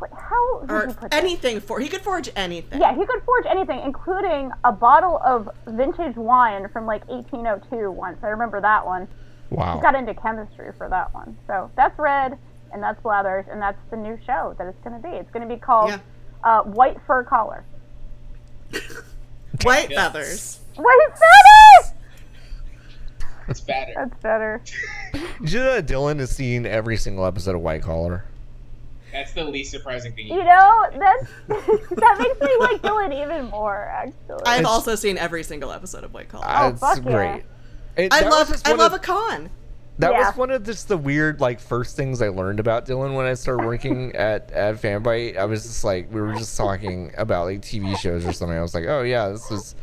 Speaker 3: Wait, how did you
Speaker 4: Or
Speaker 3: put that?
Speaker 4: anything for he could forge anything.
Speaker 3: Yeah, he could forge anything, including a bottle of vintage wine from like 1802 once. I remember that one.
Speaker 1: Wow.
Speaker 3: Got into chemistry for that one. So that's Red, and that's Blathers, and that's the new show that it's going to be. It's going to be called
Speaker 4: Yeah.
Speaker 3: Uh, white fur collar.
Speaker 4: White feathers.
Speaker 3: White feathers.
Speaker 2: It's better.
Speaker 3: That's better.
Speaker 1: Did you know that Dylan has seen every single episode of White Collar?
Speaker 2: That's the least surprising thing.
Speaker 3: You know that's that makes me like Dylan even more. Actually,
Speaker 4: I've
Speaker 1: It's-
Speaker 4: also seen every single episode of White Collar.
Speaker 1: Uh,
Speaker 3: Oh, fuck yeah.
Speaker 1: It-
Speaker 4: I
Speaker 1: that was
Speaker 4: love
Speaker 1: just
Speaker 4: I
Speaker 1: one
Speaker 4: love
Speaker 1: of-
Speaker 4: a con.
Speaker 1: That
Speaker 3: Yeah.
Speaker 1: was one of just the weird, like, first things I learned about Dylan when I started working at, at Fanbyte. I was just like, we were just talking about, like, TV shows or something. I was like, oh, yeah, this is.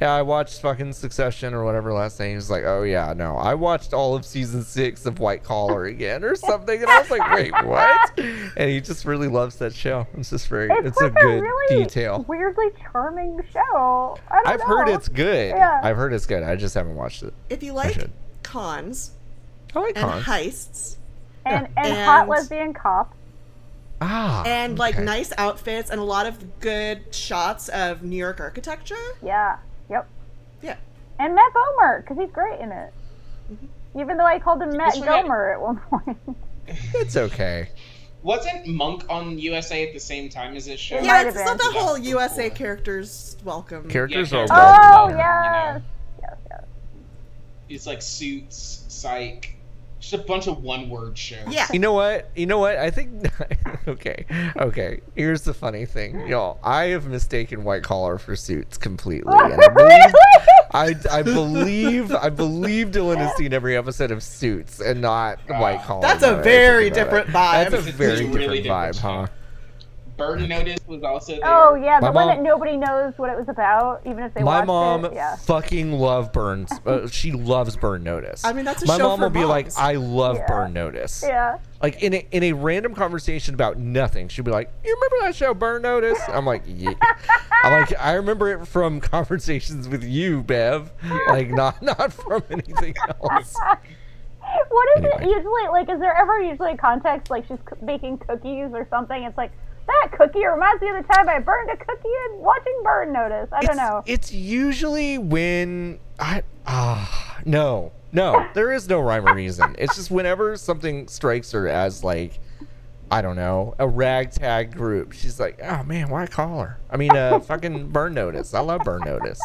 Speaker 1: Yeah, I watched fucking Succession or whatever last night. He was like, oh, yeah, no. I watched all of season six of White Collar again or something. And I was like, wait, what? And he just really loves that show. It's just very, it's,
Speaker 3: it's,
Speaker 1: a
Speaker 3: like
Speaker 1: good
Speaker 3: really
Speaker 1: detail.
Speaker 3: weirdly charming show. I don't
Speaker 1: I've
Speaker 3: know.
Speaker 1: heard it's good.
Speaker 3: Yeah.
Speaker 1: I've heard it's good. I just haven't watched it.
Speaker 4: If you like
Speaker 1: should.
Speaker 4: cons
Speaker 1: I like
Speaker 4: and
Speaker 1: cons.
Speaker 4: heists
Speaker 3: and, and,
Speaker 4: And-
Speaker 3: hot lesbian cops.
Speaker 1: Ah,
Speaker 4: and like
Speaker 1: okay.
Speaker 4: nice outfits and a lot of good shots of New York architecture,
Speaker 3: Yeah. Yep.
Speaker 4: yeah,
Speaker 3: And Matt Bomer because he's great in it.
Speaker 4: Mm-hmm.
Speaker 3: Even though I called him Matt
Speaker 2: This one I-
Speaker 3: Gomer at one point.
Speaker 1: It's okay.
Speaker 2: Wasn't Monk on USA at the same time as this show?
Speaker 3: It
Speaker 4: yeah,
Speaker 3: might
Speaker 4: it's
Speaker 3: have
Speaker 4: not
Speaker 3: been.
Speaker 4: the whole USA characters welcome.
Speaker 1: Characters
Speaker 2: Yeah,
Speaker 1: are
Speaker 2: characters.
Speaker 1: well
Speaker 3: oh
Speaker 1: developed.
Speaker 3: yes.
Speaker 2: know.
Speaker 3: yes, yes.
Speaker 2: It's like Suits, Psych, just a bunch of one-word shows.
Speaker 4: yeah,
Speaker 1: You know what? You know what? I think. okay, okay. Here's the funny thing, y'all. I have mistaken white collar for suits completely. And I, believe, I, I believe I believe Dylan has seen every episode of Suits and not white collar.
Speaker 4: That's a
Speaker 1: now that I
Speaker 4: very
Speaker 1: think about
Speaker 4: different
Speaker 1: it.
Speaker 4: vibe.
Speaker 1: That's a
Speaker 2: It's
Speaker 1: very
Speaker 2: really
Speaker 1: different
Speaker 2: different
Speaker 1: vibe, huh?
Speaker 2: Burn Notice was also there.
Speaker 3: Oh yeah,
Speaker 1: My
Speaker 3: the one
Speaker 1: mom-
Speaker 3: that nobody knows what it was about, even if they
Speaker 1: My
Speaker 3: watched
Speaker 1: mom
Speaker 3: it. Yeah.
Speaker 1: fucking loved Burn. Uh, she loves Burn Notice.
Speaker 4: I mean, that's a
Speaker 1: my
Speaker 4: show
Speaker 1: mom
Speaker 4: for
Speaker 1: will be like,
Speaker 4: moms.
Speaker 1: "I love
Speaker 3: Yeah.
Speaker 1: Burn Notice."
Speaker 3: Yeah.
Speaker 1: like in a, in a random conversation about nothing she'd be like you remember that show burn notice i'm like yeah i'm like i remember it from conversations with you bev like not not from anything else
Speaker 3: What is it
Speaker 1: Anyway.
Speaker 3: usually like? Is there ever usually a context like she's c- baking cookies or something? It's like that cookie reminds me of the time I burned a cookie and watching Burn Notice. I don't
Speaker 1: it's,
Speaker 3: know.
Speaker 1: it's usually when i ah no no there is no rhyme or reason it's just whenever something strikes her as like I don't know, a ragtag group. She's like, oh man, why call her? I mean, uh, fucking burn notice. I love burn notice.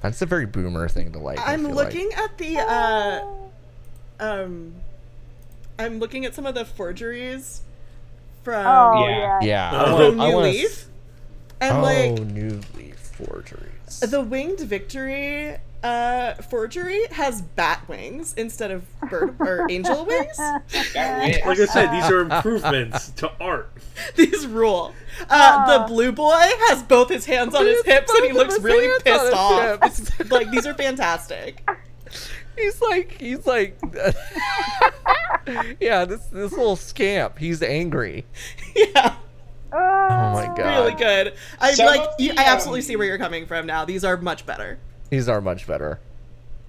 Speaker 1: That's a very boomer thing to like. I
Speaker 4: I'm
Speaker 1: feel like.
Speaker 4: looking at the uh, um, I'm looking at some of the forgeries from
Speaker 3: Oh
Speaker 2: Yeah.
Speaker 3: yeah.
Speaker 1: Yeah.
Speaker 5: Uh,
Speaker 1: I
Speaker 4: from
Speaker 1: wanna, I
Speaker 4: New
Speaker 1: wanna
Speaker 4: Leaf,
Speaker 1: s-
Speaker 4: and
Speaker 1: oh,
Speaker 4: like
Speaker 1: New Leaf forgeries.
Speaker 4: The winged victory uh, forgery has bat wings instead of bird or angel wings.
Speaker 2: That wins.
Speaker 5: Like I said, these are improvements to art.
Speaker 4: These rule. Uh,
Speaker 3: Oh.
Speaker 4: The blue boy has both his hands on his
Speaker 1: He's
Speaker 4: hips and he
Speaker 1: both of
Speaker 4: looks
Speaker 1: his
Speaker 4: really
Speaker 1: hands on
Speaker 4: pissed
Speaker 1: his
Speaker 4: off.
Speaker 1: hips.
Speaker 4: It's- like these are fantastic.
Speaker 1: he's like, he's like, yeah, this this little scamp. He's angry.
Speaker 4: Yeah,
Speaker 1: Oh
Speaker 3: Oh.
Speaker 1: my god,
Speaker 4: really good. I
Speaker 2: Some
Speaker 4: like.
Speaker 2: of the,
Speaker 4: You, I absolutely
Speaker 2: um,
Speaker 4: see where you're coming from now. These are much better.
Speaker 1: these are much better.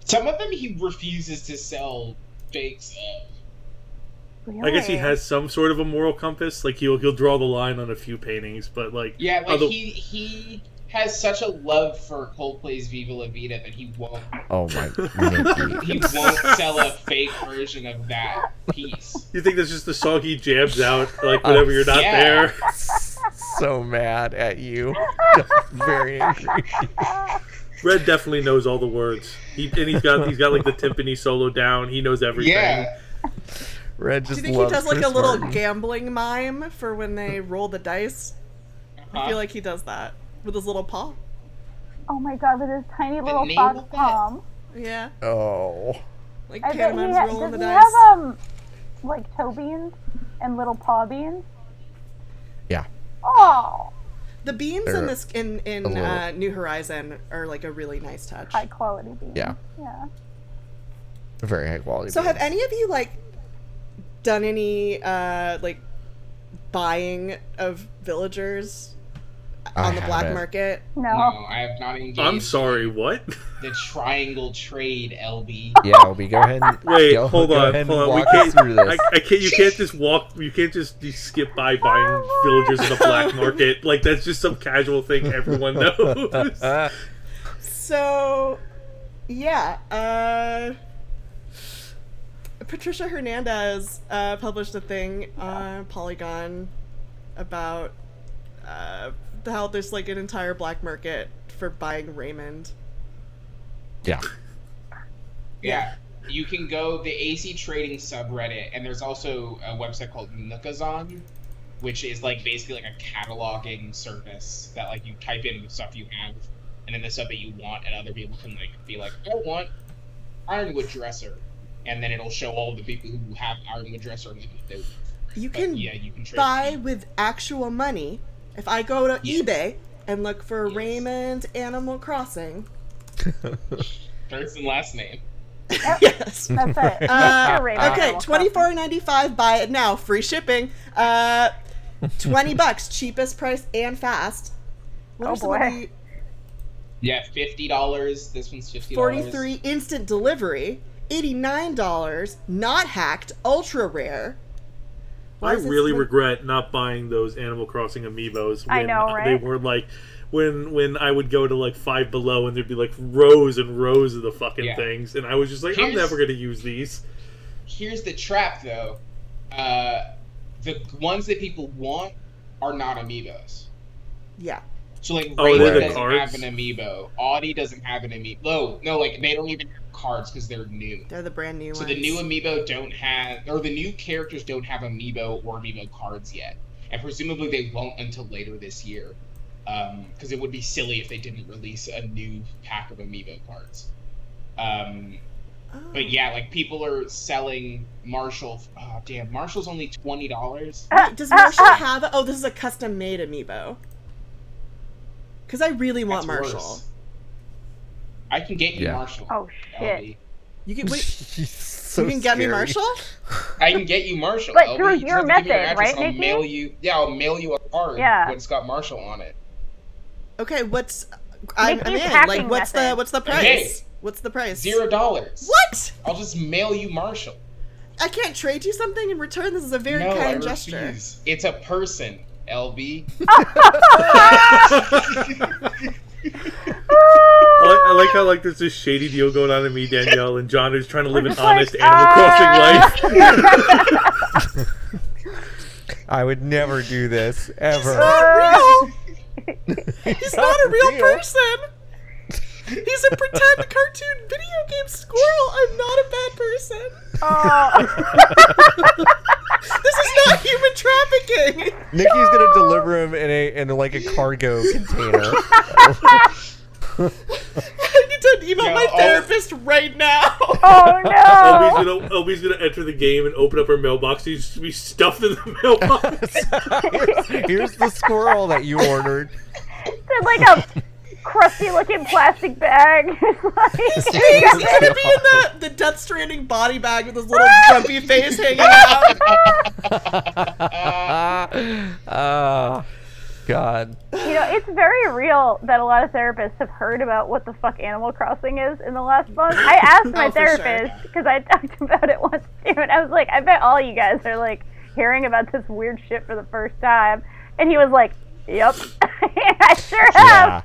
Speaker 2: Some of them he refuses to sell fakes of.
Speaker 5: I guess he has some sort of a moral compass. Like he'll he'll draw the line on a few paintings, but like
Speaker 2: Yeah, like
Speaker 5: other-
Speaker 2: he he has such a love for Coldplay's Viva La Vida that he won't
Speaker 1: Oh my, Nikki.
Speaker 2: he won't sell a fake version of that piece.
Speaker 5: you think that's just the song he jabs out like
Speaker 1: Uh,
Speaker 5: whenever you're not
Speaker 2: Yeah.
Speaker 5: there.
Speaker 1: so mad at you. Very angry.
Speaker 5: Red definitely knows all the words. He and he's got he's got like the timpani solo down. He knows everything.
Speaker 2: Yeah,
Speaker 1: Red
Speaker 4: Do
Speaker 1: just
Speaker 4: you think he
Speaker 1: loves
Speaker 4: does like
Speaker 1: Chris
Speaker 4: a little
Speaker 1: Martin.
Speaker 4: gambling mime for when they roll the dice? I
Speaker 2: Uh-huh.
Speaker 4: feel like he does that with his little paw.
Speaker 3: Oh my god, with his tiny little
Speaker 2: name
Speaker 3: fox
Speaker 2: of that-
Speaker 3: palm.
Speaker 4: Yeah,
Speaker 1: Oh,
Speaker 4: like
Speaker 3: I bet he
Speaker 4: pantomime's
Speaker 3: ha-
Speaker 4: rolling
Speaker 3: does
Speaker 4: the
Speaker 3: he
Speaker 4: dice.
Speaker 3: have um like toe beans and little paw beans?
Speaker 1: yeah.
Speaker 3: Oh,
Speaker 4: The beams
Speaker 1: They're
Speaker 4: in this in in
Speaker 1: a little-
Speaker 4: uh, New Horizon are like a really nice touch.
Speaker 3: high quality beans.
Speaker 1: Yeah.
Speaker 3: Yeah.
Speaker 1: Very high quality.
Speaker 4: So have
Speaker 1: beans.
Speaker 4: any of you like done any uh like buying of villagers
Speaker 1: I
Speaker 4: on the black
Speaker 1: haven't.
Speaker 4: market?
Speaker 3: No.
Speaker 2: no, I have not engaged.
Speaker 5: I'm sorry, what?
Speaker 2: The triangle trade, LB.
Speaker 1: Yeah, Obi, go ahead. And,
Speaker 5: Wait,
Speaker 1: go,
Speaker 5: hold
Speaker 1: go
Speaker 5: on,
Speaker 1: ahead and
Speaker 5: hold on. We
Speaker 1: walk us
Speaker 5: can't.
Speaker 1: through this.
Speaker 5: I, I can't. You can't just walk. You can't just you skip by buying villagers in the black market. Like that's just some casual thing everyone knows.
Speaker 1: Uh,
Speaker 4: So yeah, uh Patricia Hernandez uh published a thing on Polygon about uh how there's like an entire black market for buying Raymond.
Speaker 1: Yeah.
Speaker 2: Yeah. You can go the AC trading subreddit, and there's also a website called Nookazon, which is like basically like a cataloging service that like you type in the stuff you have, and then the stuff that you want, and other people can like be like, I want ironwood dresser, and then it'll show all the people who have ironwood dresser. And they,
Speaker 4: You
Speaker 2: but
Speaker 4: can
Speaker 2: Oh, yeah, you can trade.
Speaker 4: buy with actual money. If I go to
Speaker 2: Yes.
Speaker 4: eBay and look for
Speaker 2: Yes.
Speaker 4: Raymond Animal Crossing,
Speaker 2: first and last name.
Speaker 4: eh, yes.
Speaker 3: That's it.
Speaker 4: Uh,
Speaker 3: That's your Raymond
Speaker 4: okay,
Speaker 3: Animal
Speaker 4: twenty
Speaker 3: Crossing.
Speaker 4: four ninety five. Buy it now. Free shipping. Uh, twenty bucks, cheapest price and fast. What
Speaker 3: Oh,
Speaker 4: are some of
Speaker 3: boy.
Speaker 4: the-
Speaker 2: Yeah, fifty dollars. This one's fifty. dollars.
Speaker 4: 43 instant delivery, $89, not hacked, ultra rare. Why
Speaker 5: I
Speaker 4: is this
Speaker 5: really
Speaker 4: one-
Speaker 5: regret not buying those Animal Crossing amiibos when
Speaker 3: I know,
Speaker 5: they
Speaker 3: right?
Speaker 5: were like when when I would go to like Five Below and there'd be like rows and rows of the fucking
Speaker 2: Yeah.
Speaker 5: things, and I was just like, I'm
Speaker 2: Here's-
Speaker 5: never gonna use these.
Speaker 2: here's the trap though uh, the ones that people want are not amiibos
Speaker 4: Yeah.
Speaker 2: so like
Speaker 5: Oh,
Speaker 2: Rayman
Speaker 1: they're the
Speaker 2: doesn't
Speaker 5: cards?
Speaker 2: have an amiibo audi doesn't have an amiibo no no like they don't even have cards because they're new
Speaker 4: They're the brand new
Speaker 2: so
Speaker 4: ones.
Speaker 2: the new amiibo don't have or the new characters don't have amiibo or amiibo cards yet and presumably they won't until later this year because it would be silly if they didn't release a new pack of amiibo cards um,
Speaker 4: Oh.
Speaker 2: but yeah, like people are selling Marshall. Oh, damn, Marshall's only twenty dollars.
Speaker 4: Wait, does Marshall have Oh, this is a custom made amiibo. Cuz I really want Marshall.
Speaker 2: I can get you
Speaker 1: Yeah.
Speaker 2: Marshall.
Speaker 3: Oh shit!
Speaker 2: LB.
Speaker 4: You can wait,
Speaker 1: She's so
Speaker 4: you can get me
Speaker 1: scary.
Speaker 4: Marshall?
Speaker 2: I can get you Marshall.
Speaker 3: But
Speaker 2: LB.
Speaker 3: through
Speaker 2: You just
Speaker 3: your
Speaker 2: have to give me
Speaker 3: method,
Speaker 2: address,
Speaker 3: right,
Speaker 2: I'll
Speaker 3: Nikki?
Speaker 2: mail you. Yeah, I'll mail you a card.
Speaker 3: Yeah.
Speaker 2: It's got Marshall on it.
Speaker 4: Okay, what's I'm, I'm
Speaker 3: Mickey's
Speaker 4: in.
Speaker 3: hacking
Speaker 4: Like what's the
Speaker 3: method.
Speaker 4: what's the price?
Speaker 2: Okay.
Speaker 4: What's the price?
Speaker 2: Zero dollars.
Speaker 4: What?
Speaker 2: I'll just mail you Marshall.
Speaker 4: I can't trade you something in return. This is a very
Speaker 2: no, I
Speaker 4: kind
Speaker 2: refuse.
Speaker 4: gesture.
Speaker 2: It's a person, LB.
Speaker 5: I like, I like how like there's this shady deal going on in me, Danielle, and John who's trying to live an
Speaker 3: just like, "Ah,
Speaker 5: honest Animal Crossing life.
Speaker 1: I would never do this ever.
Speaker 4: Not real. He's
Speaker 1: Not
Speaker 4: not a real
Speaker 1: real.
Speaker 4: person. He's a pretend cartoon video game squirrel. I'm not a bad person.
Speaker 3: Oh,
Speaker 2: Ah.
Speaker 4: This is not human trafficking.
Speaker 1: Nikki's gonna deliver him in a in like a cargo container.
Speaker 4: I need to email
Speaker 2: Yeah,
Speaker 4: my
Speaker 2: I'll-
Speaker 4: therapist right now.
Speaker 3: oh
Speaker 5: Obi's
Speaker 3: no!
Speaker 5: gonna Obi's gonna enter the game and open up her mailbox. He's just gonna be stuffed in the mailbox.
Speaker 1: Here's the squirrel that you ordered.
Speaker 3: It's like a crusty-looking plastic bag. It's like,
Speaker 4: He's gonna be in the, the Death Stranding body bag with his little grumpy face hanging out.
Speaker 1: Ah, God.
Speaker 3: you know, it's very real that a lot of therapists have heard about what the fuck Animal Crossing is in the last month. I asked my
Speaker 4: Oh, for sure.
Speaker 3: therapist because I talked about it once too, and I was like, I bet all you guys are like hearing about this weird shit for the first time. And he was like, Yep, I sure have.
Speaker 1: Yeah.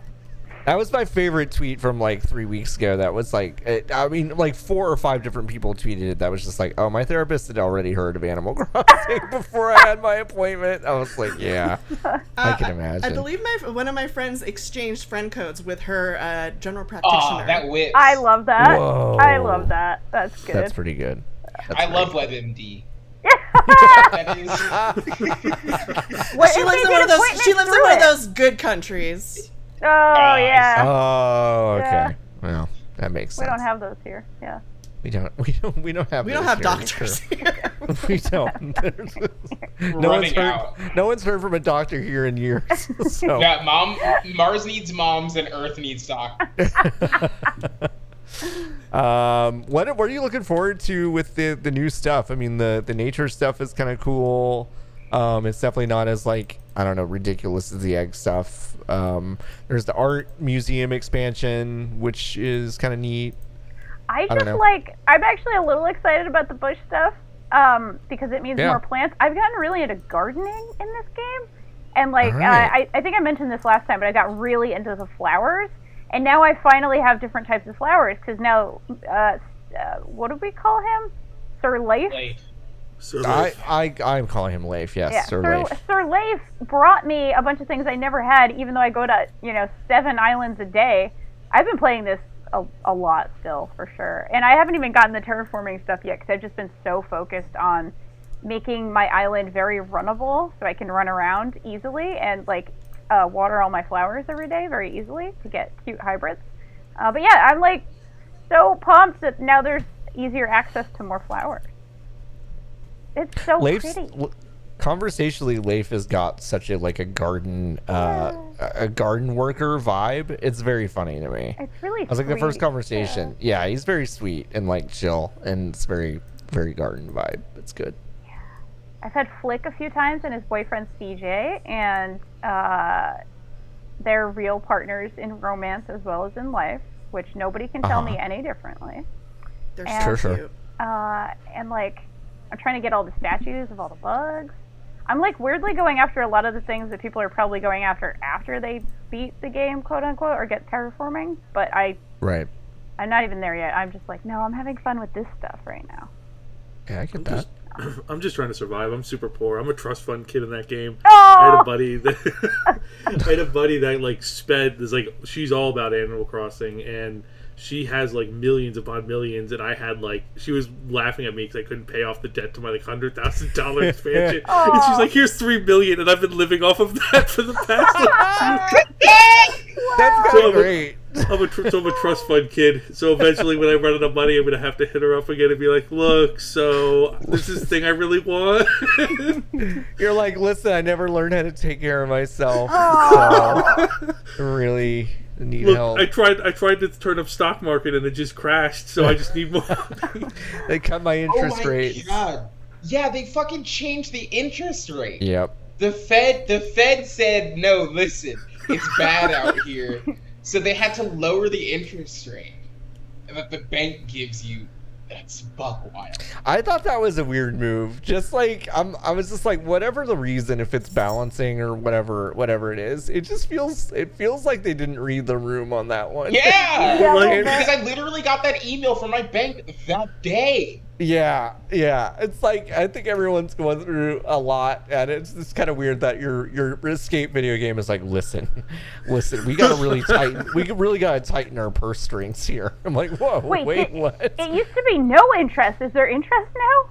Speaker 1: That was my favorite tweet from like three weeks ago. That was like, it, I mean, like four or five different people tweeted it. That was just like, oh, my therapist had already heard of Animal Crossing before I had my appointment. I was like, yeah, I can imagine.
Speaker 4: Uh, I believe my one of my friends exchanged friend codes with her uh, general practitioner.
Speaker 2: Aw, Ah, that whips.
Speaker 3: I love that.
Speaker 1: Whoa.
Speaker 3: I love that. That's good.
Speaker 1: That's pretty good. That's
Speaker 2: I
Speaker 1: pretty
Speaker 2: love
Speaker 1: good.
Speaker 2: WebMD. that is.
Speaker 3: What
Speaker 4: she
Speaker 3: if
Speaker 4: lives
Speaker 3: they did
Speaker 4: in one of those. She
Speaker 3: appointments
Speaker 4: lives in
Speaker 3: through
Speaker 4: one of
Speaker 3: it?
Speaker 4: those good countries.
Speaker 3: Oh
Speaker 2: I see.
Speaker 3: yeah.
Speaker 1: Oh, okay.
Speaker 3: Yeah.
Speaker 1: Well, that makes
Speaker 3: we
Speaker 1: sense.
Speaker 3: don't have those here. Yeah.
Speaker 1: We don't. We don't. We don't have.
Speaker 4: We don't
Speaker 1: those here,
Speaker 4: have
Speaker 1: it's
Speaker 4: doctors
Speaker 1: true.
Speaker 4: here.
Speaker 1: we don't. There's- no one's
Speaker 2: running
Speaker 1: heard.
Speaker 2: out.
Speaker 1: No one's heard from a doctor here in years. So.
Speaker 2: Yeah, mom. Mars needs moms and Earth needs doc.
Speaker 1: um, what what are you looking forward to with the the new stuff? I mean, the the nature stuff is kind of cool. Um, it's definitely not as like I don't know ridiculous as the egg stuff. Um, there's the art museum expansion, which is kind of neat.
Speaker 3: I
Speaker 1: don't
Speaker 3: just
Speaker 1: know.
Speaker 3: like I'm actually a little excited about the bush stuff um, because it means
Speaker 1: Yeah.
Speaker 3: more plants. I've gotten really into gardening in this game, and like
Speaker 1: All
Speaker 3: uh,
Speaker 1: right.
Speaker 3: I, I think I mentioned this last time, but I got really into the flowers, and now I finally have different types of flowers because now uh, uh, what do we call him, Sir Leif?
Speaker 2: Like,
Speaker 5: Sir
Speaker 1: I,
Speaker 5: Leif.
Speaker 1: I, I'm calling him Leif. Yes,
Speaker 3: Yeah,
Speaker 1: Sir
Speaker 3: Sir,
Speaker 1: Leif.
Speaker 3: Sir Leif brought me a bunch of things I never had, even though I go to you know seven islands a day. I've been playing this a, a lot still, for sure, and I haven't even gotten the terraforming stuff yet because I've just been so focused on making my island very runnable, so I can run around easily and like uh, water all my flowers every day very easily to get cute hybrids. Uh, but yeah, I'm like so pumped that now there's easier access to more flowers. It's so
Speaker 1: Leif's
Speaker 3: pretty.
Speaker 1: l- conversationally, Leif has got such a like a garden, uh, a a garden worker vibe. It's very funny to me.
Speaker 3: It's really.
Speaker 1: I was like the first
Speaker 3: sweet.
Speaker 1: conversation. Yeah. he's very sweet and like chill, and it's very, very garden vibe. It's good.
Speaker 3: I've had Flick a few times and his boyfriend CJ, and uh, they're real partners in romance as well as in life, which nobody can tell me
Speaker 1: Uh-huh.
Speaker 3: any differently.
Speaker 4: They're
Speaker 3: And-
Speaker 4: so
Speaker 1: Sure, sure.
Speaker 4: cute.
Speaker 3: Uh, and like, I'm trying to get all the statues of all the bugs. I'm like weirdly going after a lot of the things that people are probably going after after they beat the game, quote unquote, or get terraforming. But I,
Speaker 1: Right.
Speaker 3: I'm not even there yet. I'm just like, no, I'm having fun with this stuff right now.
Speaker 1: Yeah, I get that.
Speaker 5: just- I'm just trying to survive. I'm super poor. I'm a trust fund kid in that game. I had
Speaker 3: Oh,
Speaker 5: a buddy that I had a buddy that like sped is like she's all about Animal Crossing and she has like millions upon millions and I had like she was laughing at me because I couldn't pay off the debt to my like hundred thousand dollar expansion and she's like here's three million and I've been living off of that for the past like, two
Speaker 1: That's
Speaker 5: So I'm a-
Speaker 1: great.
Speaker 5: I'm a, tr- so I'm a trust fund kid. So eventually, when I run out of money, I'm gonna have to hit her up again and be like, "Look, so this is the thing I really want."
Speaker 1: You're like, listen, I never learned how to take care of myself, so really need
Speaker 5: Look,
Speaker 1: help.
Speaker 5: I tried. I tried to turn up stock market and it just crashed. So I just need more.
Speaker 1: they cut my interest
Speaker 2: oh my
Speaker 1: rates.
Speaker 2: god! Yeah, they fucking changed the interest rate.
Speaker 1: Yep.
Speaker 2: The Fed, the Fed said no. Listen, it's bad out here, so they had to lower the interest rate that the bank gives you. That's buck wild.
Speaker 1: I thought that was a weird move. Just like I'm, I was just like, whatever the reason, if it's balancing or whatever, whatever it is, it just feels, it feels like they didn't read the room on that one.
Speaker 2: Yeah,
Speaker 3: Yeah,
Speaker 5: Like-
Speaker 2: because I literally got that email from my bank that day.
Speaker 1: Yeah, yeah. It's like I think everyone's going through a lot, and it's it's kind of weird that your your escape video game is like, listen, listen, we gotta really tighten, we really gotta tighten our purse strings here. I'm like, whoa, wait,
Speaker 3: Wait, it-
Speaker 1: what?
Speaker 3: it used to be no interest. Is there interest now?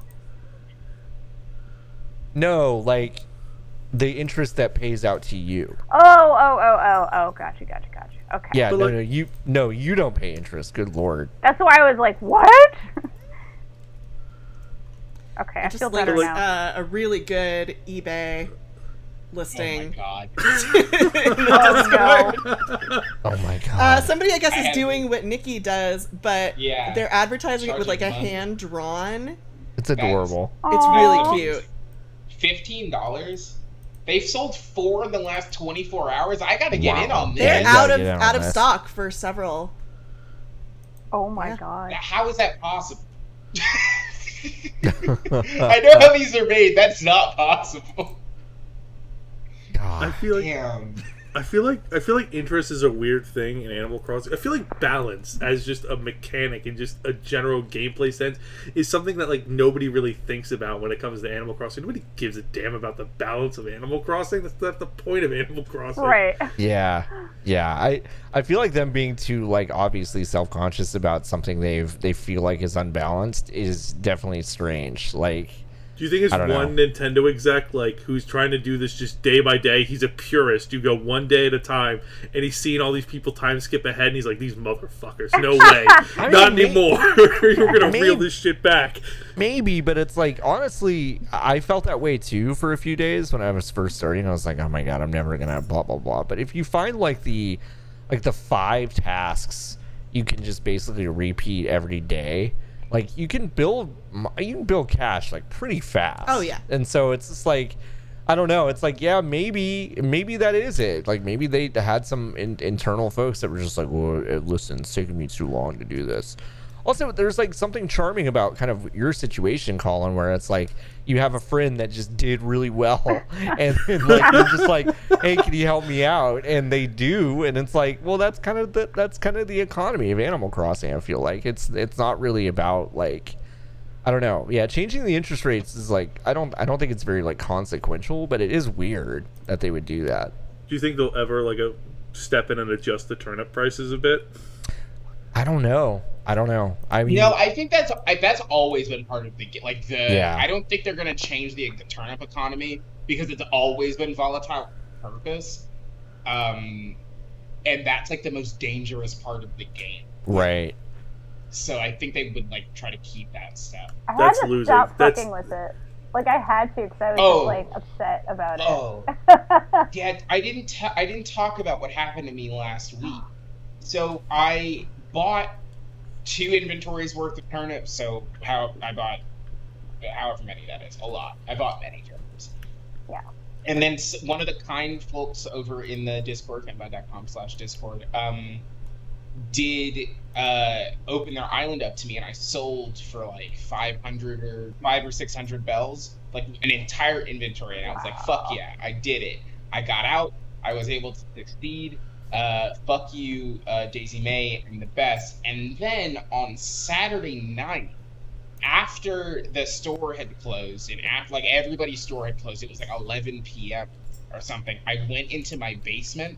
Speaker 1: no, like the interest that pays out to you.
Speaker 3: Oh, oh, oh, oh, oh, gotcha, gotcha, gotcha. Okay.
Speaker 1: Yeah,
Speaker 5: But
Speaker 1: no,
Speaker 5: like-
Speaker 1: no, you no, you don't pay interest. Good lord.
Speaker 3: That's why I was like, what? okay, I,
Speaker 4: Just
Speaker 3: feel
Speaker 4: like
Speaker 3: better
Speaker 5: like-
Speaker 3: now.
Speaker 4: uh, a really good eBay
Speaker 2: Oh my
Speaker 4: listing.
Speaker 2: god.
Speaker 3: oh, no.
Speaker 1: Oh my god.
Speaker 4: Uh, somebody, I guess, is
Speaker 2: And-
Speaker 4: doing what Nikki does, but
Speaker 2: Yeah.
Speaker 4: they're advertising it with like a
Speaker 2: Charging money.
Speaker 4: hand drawn.
Speaker 1: it's adorable.
Speaker 4: It's
Speaker 3: Aw.
Speaker 4: really cute.
Speaker 2: Fifteen dollars. They've sold four in the last twenty-four hours. I gotta get
Speaker 1: Wow.
Speaker 2: in on
Speaker 4: They're
Speaker 2: this.
Speaker 1: Yeah, you gotta
Speaker 4: out of
Speaker 1: get in on
Speaker 4: out of
Speaker 1: this.
Speaker 4: stock for several.
Speaker 3: Oh my
Speaker 4: Yeah.
Speaker 3: god.
Speaker 2: How is that possible? I know how these are made. That's not possible.
Speaker 5: I
Speaker 1: God.
Speaker 5: feel like
Speaker 2: Damn.
Speaker 5: I feel like I feel like interest is a weird thing in Animal Crossing. I feel like balance as just a mechanic and just a general gameplay sense is something that like nobody really thinks about when it comes to Animal Crossing. Nobody gives a damn about the balance of Animal Crossing. That's not the point of Animal Crossing.
Speaker 3: Right.
Speaker 1: Yeah, yeah. I I feel like them being too like obviously self conscious about something they've they feel like is unbalanced is definitely strange. Like,
Speaker 5: Do you think it's
Speaker 1: I don't
Speaker 5: one
Speaker 1: know.
Speaker 5: Nintendo exec like who's trying to do this just day by day? He's a purist. You go one day at a time, and he's seeing all these people time skip ahead, and he's like, "These motherfuckers, no way,
Speaker 1: mean,
Speaker 5: not
Speaker 1: may-
Speaker 5: anymore. You're gonna
Speaker 1: May-
Speaker 5: reel this shit back."
Speaker 1: maybe but it's like honestly i felt that way too for a few days when i was first starting i was like oh my god i'm never gonna blah blah blah but if you find like the like the five tasks you can just basically repeat every day like you can build mo- you can build cash like pretty fast
Speaker 4: Oh, yeah.
Speaker 1: and so it's just like i don't know it's like yeah maybe maybe that is it like maybe they had some in, internal folks that were just like well eh, listen it's taking me too long to do this also, there's like something charming about kind of your situation, Colin, where it's like you have a friend that just did really well, and then like you're just like, "Hey, can you help me out?" And they do, and it's like, well, that's kind of the that's kind of the economy of Animal Crossing. I feel like it's it's not really about like I don't know. Yeah, changing the interest rates is like I don't I don't think it's very like consequential, but it is weird that they would do that.
Speaker 5: Do you think they'll ever like uh step in and adjust the turnip prices a bit?
Speaker 1: I don't know. I don't know. I mean,
Speaker 2: No, I think that's I, that's always been part of the ga- like the.
Speaker 1: Yeah.
Speaker 2: I don't think they're gonna change the, the turnip economy because it's always been volatile on purpose, um, and that's like the most dangerous part of the game.
Speaker 1: right.
Speaker 2: So I think they would like try to keep that stuff.
Speaker 3: I
Speaker 5: That's
Speaker 3: had to
Speaker 5: losing.
Speaker 3: stop
Speaker 5: That's-
Speaker 3: fucking with it. Like I had to because I was
Speaker 2: Oh.
Speaker 3: just like upset about it.
Speaker 2: Oh, yeah. I didn't. ta- I didn't talk about what happened to me last week. So I bought two inventories worth of turnips. So how I bought however many that is, a lot. I bought many turnips.
Speaker 3: Yeah.
Speaker 2: And then s- one of the kind folks over in the Discord, fanbud.com slash Discord, um, did uh, open their island up to me, and I sold for like five hundred or five or six hundred bells, like an entire inventory. And I was like, "Fuck yeah, I did it! I got out. I was able to succeed." Uh, fuck you, uh, Daisy May, I'm the best. And then on Saturday night, after the store had closed and after like everybody's store had closed, it was like 11 p.m. or something. I went into my basement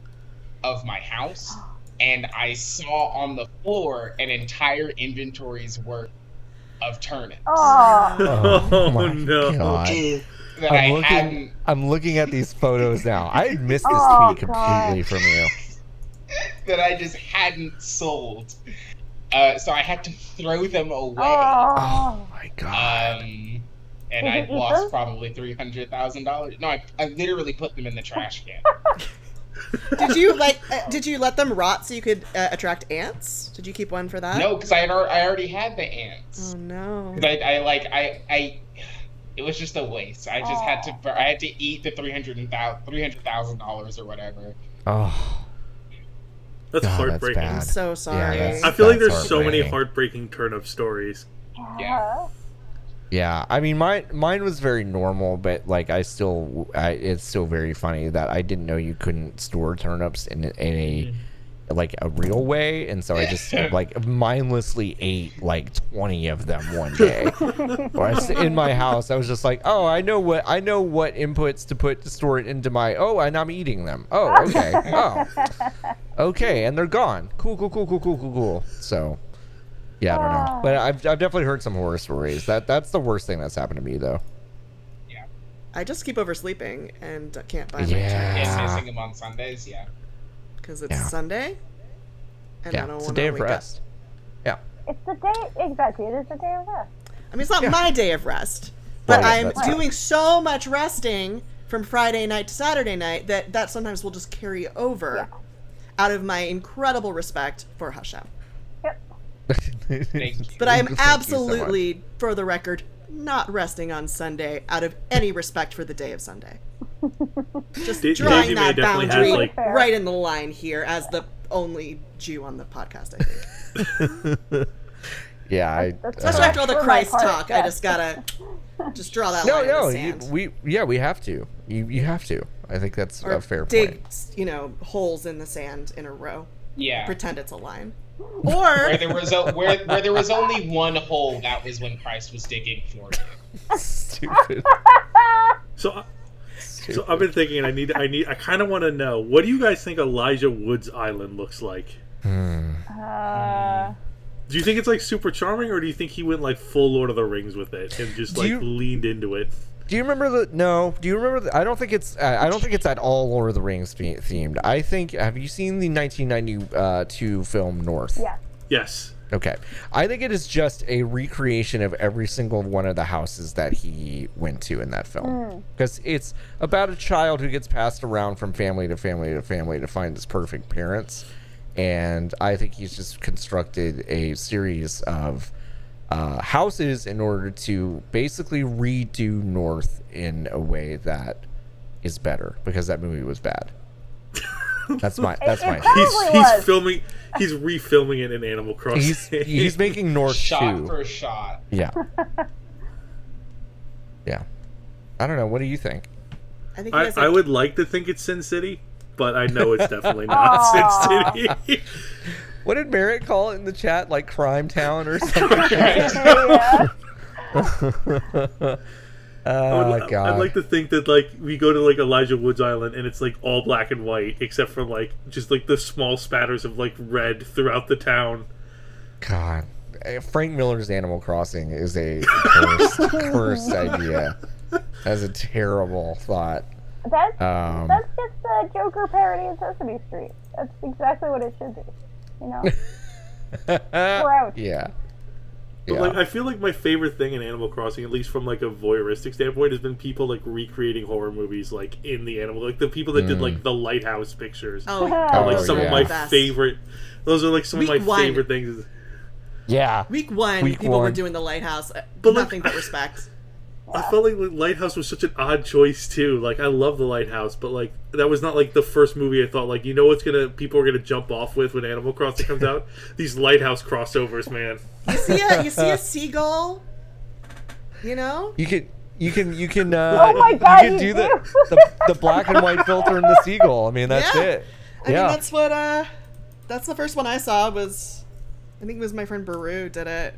Speaker 2: of my house and I saw on the floor an entire inventory's worth of turnips
Speaker 3: Oh,
Speaker 1: Oh,
Speaker 5: Oh,
Speaker 1: my
Speaker 5: no.
Speaker 1: God. I'm
Speaker 2: that I
Speaker 1: looking-
Speaker 2: hadn't.
Speaker 1: I'm looking at these photos now. I had missed this
Speaker 3: Oh,
Speaker 1: tweet completely from you.
Speaker 2: That I just hadn't sold, uh, so I had to throw them away.
Speaker 1: Oh
Speaker 3: oh.
Speaker 1: my god.
Speaker 2: Um, and
Speaker 3: Did
Speaker 2: I
Speaker 3: you eat
Speaker 2: lost
Speaker 3: them?
Speaker 2: probably three hundred thousand dollars. No, I, I literally put them in the trash can.
Speaker 4: Did you like? Uh, did you let them rot so you could uh, attract ants? Did you keep one for that?
Speaker 2: no, because I had al- I already had the ants.
Speaker 3: Mm.
Speaker 4: Oh no.
Speaker 2: 'Cause I, I like I I. It was just a waste. I just had to. bur- I had to eat the three hundred and three hundred thousand dollars or whatever.
Speaker 1: Oh, God, Ah,
Speaker 5: That's
Speaker 1: that's
Speaker 5: heartbreaking.
Speaker 1: bad.
Speaker 4: I'm so sorry.
Speaker 1: that's-
Speaker 5: I feel like
Speaker 1: That's
Speaker 5: there's so many
Speaker 1: heartbreaking.
Speaker 5: heartbreaking turnip stories.
Speaker 2: Oh. Yeah.
Speaker 1: yeah. I mean, mine mine was very normal, but like I still, I, it's still very funny that I didn't know you couldn't store turnips in, in a like a real way, and so I just like mindlessly ate like twenty of them one day. or I, s- in my house, I was just like, oh, I know what I know what inputs to put to store it into my. Oh, and I'm eating them. Oh, okay. Oh, okay, and they're gone. Cool, cool, cool, cool, cool, cool, cool. So. Yeah, I don't know, but I've, I've definitely heard some horror stories. That that's the worst thing that's happened to me though.
Speaker 4: I just keep oversleeping and can't buy my
Speaker 1: Yeah.
Speaker 2: And
Speaker 1: Ah.
Speaker 2: missing them on Sundays. Yeah.
Speaker 4: because it's
Speaker 1: Yeah.
Speaker 4: Sunday. And I
Speaker 1: yeah,
Speaker 4: don't
Speaker 1: it's a
Speaker 4: wanna
Speaker 1: day of
Speaker 4: wake up.
Speaker 1: rest.
Speaker 3: It's the day exactly. It is the day of rest.
Speaker 4: I mean, it's not
Speaker 1: Yeah.
Speaker 4: my day of rest, but
Speaker 1: Right,
Speaker 4: I'm
Speaker 1: that's-
Speaker 4: doing so much resting from Friday night to Saturday night that that sometimes will just carry over out of my incredible respect for Hashem.
Speaker 3: Yep.
Speaker 2: Thank you.
Speaker 4: But I am
Speaker 1: Thank you so much.
Speaker 4: absolutely, for the record, not resting on Sunday out of any respect for the day of Sunday. Just
Speaker 5: Da-
Speaker 4: drawing
Speaker 5: Daisy May
Speaker 4: that
Speaker 5: definitely has,
Speaker 4: boundary
Speaker 5: like-
Speaker 4: right in the line here as the only Jew on the podcast, I think.
Speaker 1: Yeah, I,
Speaker 3: That's-
Speaker 4: Especially
Speaker 3: Uh-huh.
Speaker 4: after all the
Speaker 3: For my
Speaker 4: Christ
Speaker 3: part,
Speaker 4: talk, I
Speaker 3: yeah.
Speaker 4: just gotta just draw that
Speaker 1: uh, no,
Speaker 4: line in
Speaker 1: no,
Speaker 4: the
Speaker 1: you,
Speaker 4: sand.
Speaker 1: we yeah we have to. You you have to. I think that's
Speaker 4: or
Speaker 1: a fair
Speaker 4: dig,
Speaker 1: point.
Speaker 4: you know, holes in the sand in a row.
Speaker 2: Yeah.
Speaker 4: Pretend it's a line. Or
Speaker 2: Where there was o- where where there was only one hole, that was when Christ was digging for you.
Speaker 1: Stupid.
Speaker 5: So, uh, I- so I've been thinking, and I need, I need, I kind of want to know what do you guys think Elijah Woods Island looks like?
Speaker 3: Hmm. Uh,
Speaker 5: Do you think it's like super charming, or do you think he went like full Lord of the Rings with it and just
Speaker 1: Do
Speaker 5: like
Speaker 1: you-
Speaker 5: leaned into it?
Speaker 1: Do you remember the? No. Do you remember? The, I don't think it's. Uh, I don't think it's at all Lord of the Rings the- themed. I think. Have you seen the 1992 film North?
Speaker 3: yeah.
Speaker 5: Yes.
Speaker 1: Okay. I think it is just a recreation of every single one of the houses that he went to in that film. Because it's about a child who gets passed around from family to family to family to find his perfect parents. And I think he's just constructed a series of uh, houses in order to basically redo North in a way that is better because that movie was bad. That's my that's
Speaker 3: it
Speaker 1: my
Speaker 5: He's
Speaker 3: probably
Speaker 5: he's
Speaker 3: was.
Speaker 5: filming, he's refilming it in Animal Crossing.
Speaker 1: he's he's making North
Speaker 2: Shot
Speaker 1: too.
Speaker 2: for shot.
Speaker 1: Yeah. yeah. I don't know. What do you think?
Speaker 4: I think he
Speaker 5: I,
Speaker 4: has, like,
Speaker 5: I would like to think it's Sin City, but I know it's definitely not
Speaker 3: Aw.
Speaker 5: Sin City.
Speaker 1: What did Merritt call it in the chat? Like Crime Town or something?
Speaker 2: Right.
Speaker 3: Yeah.
Speaker 5: I
Speaker 1: Oh
Speaker 5: would-
Speaker 1: god.
Speaker 5: I'd like to think that like we go to like Elijah Woods Island and it's like all black and white except for like just like the small spatters of like red throughout the town.
Speaker 1: God. Uh, Frank Miller's Animal Crossing is a cursed, cursed idea. That's a terrible thought.
Speaker 3: That's
Speaker 1: Um,
Speaker 3: that's just a Joker parody of Sesame Street. That's exactly what it should be. You know, we're out.
Speaker 1: yeah.
Speaker 5: But
Speaker 1: Yeah.
Speaker 5: like I feel like my favorite thing in Animal Crossing, at least from like a voyeuristic standpoint, has been people like recreating horror movies like in the animal like the people that did like the lighthouse pictures.
Speaker 4: Oh,
Speaker 3: Oh,
Speaker 5: like
Speaker 4: those
Speaker 5: some
Speaker 4: are
Speaker 1: Mm. yeah.
Speaker 5: of
Speaker 4: the
Speaker 5: my
Speaker 4: best.
Speaker 5: favorite those are like some
Speaker 4: Week
Speaker 5: of my
Speaker 4: one.
Speaker 5: favorite things.
Speaker 1: yeah.
Speaker 4: Week one,
Speaker 1: Week
Speaker 4: people were
Speaker 1: one.
Speaker 4: doing the lighthouse. uh,
Speaker 5: But, like-
Speaker 4: nothing but respect.
Speaker 5: I felt like Lighthouse was such an odd choice too. Like I love the Lighthouse, but like that was not like the first movie I thought like you know what's gonna people are gonna jump off with when Animal Crossing comes out. These Lighthouse crossovers, man.
Speaker 4: You see a you see a seagull. You know,
Speaker 1: You can you can you can uh
Speaker 3: my God,
Speaker 1: you can
Speaker 3: you
Speaker 1: do
Speaker 3: do.
Speaker 1: the, the the black and white filter and the seagull. I mean that's
Speaker 4: Yeah.
Speaker 1: it.
Speaker 4: I
Speaker 1: yeah.
Speaker 4: mean that's what uh, that's the first one I saw was, I think it was my friend Baru did it,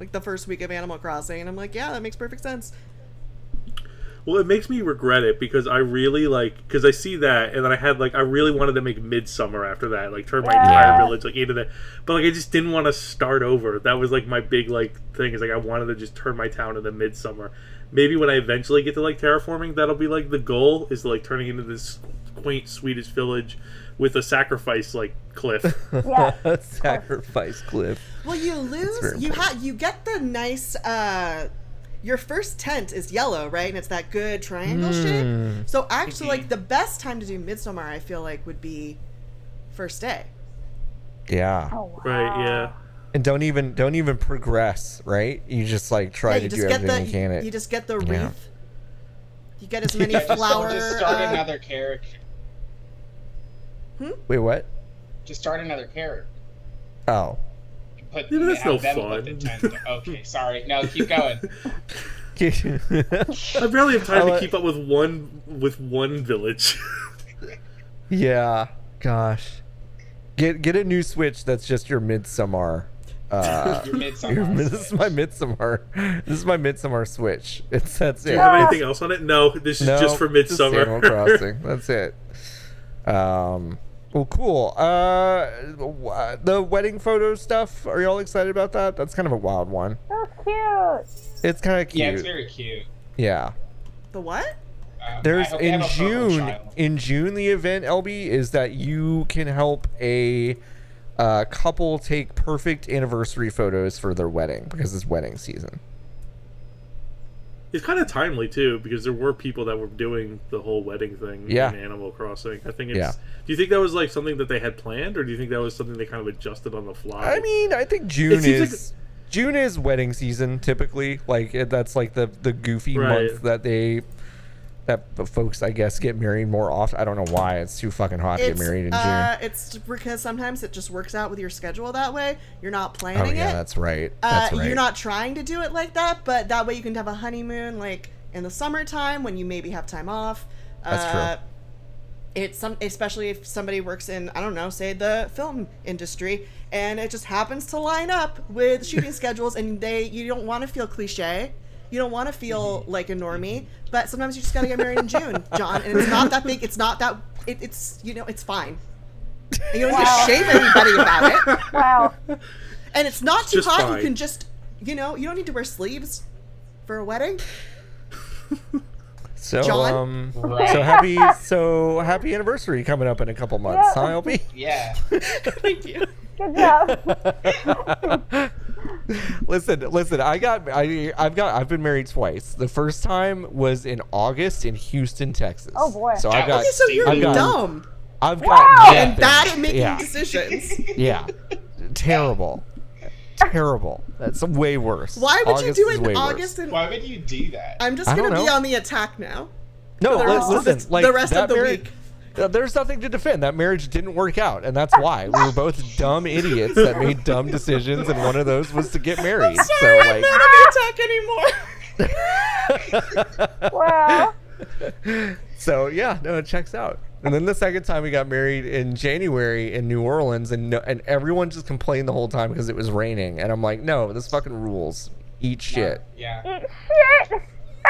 Speaker 4: like the first week of Animal Crossing, and I'm like, yeah, that makes perfect sense.
Speaker 5: Well, it makes me regret it because I really like because I see that and then I had like I really wanted to make Midsummer after that, like turn my
Speaker 3: Yeah.
Speaker 5: entire village like into that. But like I just didn't want to start over. That was like my big like thing is like I wanted to just turn my town into Midsummer. Maybe when I eventually get to like terraforming, that'll be like the goal is like turning into this quaint Swedish village with a sacrifice like cliff.
Speaker 3: Yeah.
Speaker 1: Sacrifice cliff.
Speaker 4: Well, you
Speaker 1: very
Speaker 4: lose. You ha you get the nice. uh Your first tent is yellow, right? And it's that good triangle
Speaker 1: Hmm.
Speaker 4: shape. So actually, like the best time to do Midsummer, I feel like would be first day.
Speaker 1: Yeah.
Speaker 3: Oh, wow.
Speaker 5: right? Yeah.
Speaker 1: And don't even don't even progress, right? You just like try
Speaker 4: Yeah,
Speaker 1: to
Speaker 4: you
Speaker 1: do
Speaker 4: just get
Speaker 1: everything
Speaker 4: the
Speaker 1: you can. It,
Speaker 4: you just get the wreath.
Speaker 1: Yeah.
Speaker 4: You get as many
Speaker 1: Yeah,
Speaker 2: Just,
Speaker 4: flower.
Speaker 2: just start
Speaker 4: uh,
Speaker 2: another character.
Speaker 1: wait, what?
Speaker 2: Just start another character.
Speaker 1: Oh.
Speaker 2: Put
Speaker 5: Yeah, but that's
Speaker 2: have
Speaker 5: no
Speaker 2: them put the
Speaker 5: fun.
Speaker 2: tent- Okay, sorry. No, keep going.
Speaker 5: I barely have
Speaker 1: I
Speaker 5: time to
Speaker 1: like-
Speaker 5: keep up with one with one village.
Speaker 1: yeah. Gosh. Get get a new Switch that's just your midsummer. Uh,
Speaker 2: Your
Speaker 1: your,
Speaker 2: midsummer.
Speaker 1: this is my midsummer. This is my midsummer Switch. It's that's
Speaker 5: Do
Speaker 1: it.
Speaker 5: you have anything else on it? No, this is just for Midsummer.
Speaker 1: Animal Crossing. That's it. Um. Well, cool. Uh, wh- the wedding photo stuff. Are y'all excited about that? That's kind of a wild one.
Speaker 3: That's cute.
Speaker 1: It's kind of cute.
Speaker 2: yeah, it's very cute.
Speaker 1: yeah.
Speaker 4: the what?
Speaker 2: Um, I
Speaker 1: There's
Speaker 2: hope they
Speaker 1: in
Speaker 2: have a photo
Speaker 1: June.
Speaker 2: child.
Speaker 1: In June, the event LB is that you can help a uh, couple take perfect anniversary photos for their wedding because it's wedding season.
Speaker 5: It's kind of timely too because there were people that were doing the whole wedding thing
Speaker 1: Yeah.
Speaker 5: in Animal Crossing. I think it's.
Speaker 1: Yeah.
Speaker 5: Do you think that was like something that they had planned, or do you think that was something they kind of adjusted on the fly?
Speaker 1: I mean, I think June
Speaker 5: seems like-
Speaker 1: is June is wedding season typically. Like it- that's like the the goofy
Speaker 5: Right.
Speaker 1: month that they that the folks I guess get married more often. I don't know why it's too fucking hot to get
Speaker 4: It's
Speaker 1: married in
Speaker 4: uh,
Speaker 1: June.
Speaker 4: it's because sometimes it just works out with your schedule that way. You're not
Speaker 1: Oh
Speaker 4: planning
Speaker 1: yeah,
Speaker 4: it.
Speaker 1: that's right.
Speaker 4: Uh,
Speaker 1: That's right.
Speaker 4: You're not trying to do it like that, but that way you can have a honeymoon like in the summertime when you maybe have time off.
Speaker 1: That's true.
Speaker 4: uh, It's some, especially if somebody works in I don't know, say the film industry, and it just happens to line up with shooting schedules, and they you don't want to feel cliche, you don't want to feel like a normie, but sometimes you just gotta get married in June, John, and it's not that big, it's not that it, it's you know it's fine. And you don't need
Speaker 3: Wow.
Speaker 4: to shame anybody about it.
Speaker 3: Wow.
Speaker 4: And it's not too
Speaker 5: just
Speaker 4: hot.
Speaker 5: fine.
Speaker 4: You can just, you know, you don't need to wear sleeves for a wedding.
Speaker 1: so
Speaker 4: John?
Speaker 1: um
Speaker 2: Right.
Speaker 1: so happy so happy anniversary coming up in a couple months,
Speaker 3: Yeah.
Speaker 1: huh, LB?
Speaker 2: Yeah.
Speaker 4: Thank you.
Speaker 3: Good job.
Speaker 1: listen, listen. I got, I, I've got, I've been married twice. The first time was in August in Houston, Texas.
Speaker 3: Oh, boy.
Speaker 1: So I
Speaker 2: That
Speaker 1: got,
Speaker 4: Okay, so you're
Speaker 1: I've got,
Speaker 4: dumb
Speaker 1: I've got,
Speaker 4: and bad at making
Speaker 1: yeah,
Speaker 4: decisions.
Speaker 1: yeah, terrible, terrible. That's way worse.
Speaker 4: Why would
Speaker 1: August
Speaker 4: you do
Speaker 1: is
Speaker 4: it
Speaker 1: way
Speaker 4: in
Speaker 1: worse.
Speaker 4: August? And
Speaker 2: Why would you do that?
Speaker 4: I'm just
Speaker 1: I don't
Speaker 4: gonna be
Speaker 1: know.
Speaker 4: on the attack now.
Speaker 1: No,
Speaker 4: the
Speaker 1: li-
Speaker 4: rest of
Speaker 1: listen,
Speaker 4: the-
Speaker 1: like
Speaker 4: the rest
Speaker 1: that
Speaker 4: of the
Speaker 1: marri-
Speaker 4: week.
Speaker 1: th- There's nothing to defend. That marriage didn't work out, and that's why we were both dumb idiots that made dumb decisions, and one of those was to get married.
Speaker 4: Sorry,
Speaker 1: so like,
Speaker 4: I'm not on the attack anymore.
Speaker 3: wow.
Speaker 1: So yeah, no, it checks out. And then the second time we got married in January in New Orleans, and no, and everyone just complained the whole time because it was raining. And I'm like, no, this fucking rules. Eat shit.
Speaker 2: Yeah.
Speaker 3: Eat shit!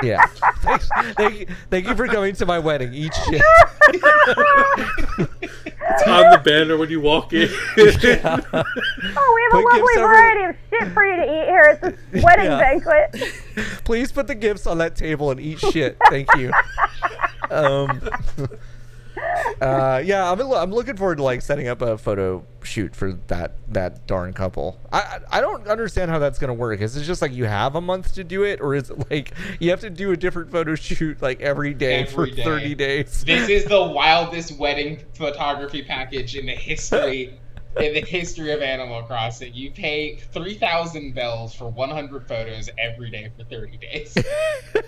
Speaker 1: Yeah. Thanks. Thank you, thank you for coming to my wedding. Eat shit.
Speaker 5: It's on the banner when you walk in.
Speaker 3: Oh, we have a
Speaker 1: But give
Speaker 3: lovely
Speaker 1: some of
Speaker 3: variety of shit for you to eat here at this wedding
Speaker 1: Yeah.
Speaker 3: banquet.
Speaker 1: Please put the gifts on that table and eat shit. Thank you. Um, uh, yeah, I'm, I'm looking forward to like setting up a photo shoot for that that darn couple. I I I don't understand how that's gonna work. Is it just like you have a month to do it, or is it like you have to do a different photo shoot like every day for
Speaker 2: Every day.
Speaker 1: thirty days?
Speaker 2: This is the wildest wedding photography package in the history in the history of Animal Crossing. You pay three thousand bells for one hundred photos every day for thirty days.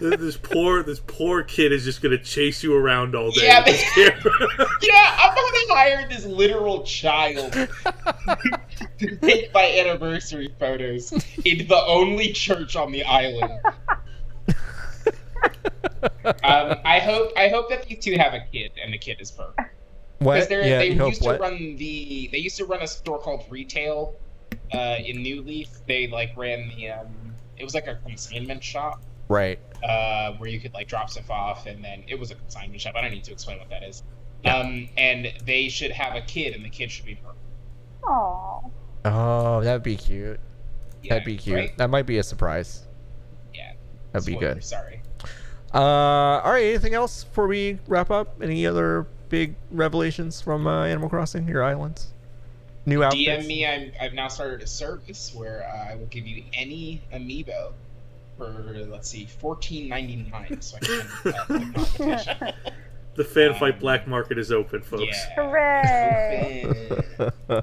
Speaker 5: this poor this poor kid is just gonna chase you around all day
Speaker 2: Yeah,
Speaker 5: with this camera.
Speaker 2: yeah, I'm gonna hire this literal child to take my anniversary photos in the only church on the island. um, I hope I hope that these two have a kid and the kid is perfect.
Speaker 1: What?
Speaker 2: Because they're-
Speaker 1: yeah,
Speaker 2: they
Speaker 1: you hope
Speaker 2: used to
Speaker 1: what?
Speaker 2: run the they used to run a store called Retail uh, in New Leaf. They like ran the um, it was like a consignment shop
Speaker 1: Right.
Speaker 2: uh, where you could like drop stuff off, and then it was a consignment shop. I don't need to explain what that is. Um, and they should have a kid, and the kid should be perfect.
Speaker 3: Aww.
Speaker 1: Oh, that'd be cute.
Speaker 2: Yeah,
Speaker 1: that'd be cute.
Speaker 2: right?
Speaker 1: That might be a surprise.
Speaker 2: Yeah,
Speaker 1: That'd be
Speaker 2: Spoiler,
Speaker 1: good.
Speaker 2: Sorry.
Speaker 1: Uh, all right. Anything else before we wrap up? Any other big revelations from uh, Animal Crossing? Your islands, new outfits.
Speaker 2: DM me. I'm, I've now started a service where uh, I will give you any amiibo for let's see, fourteen ninety nine. So I can uh, the competition.
Speaker 5: the fan fight black market is open, folks.
Speaker 2: Yeah.
Speaker 3: Hooray!
Speaker 4: Uh,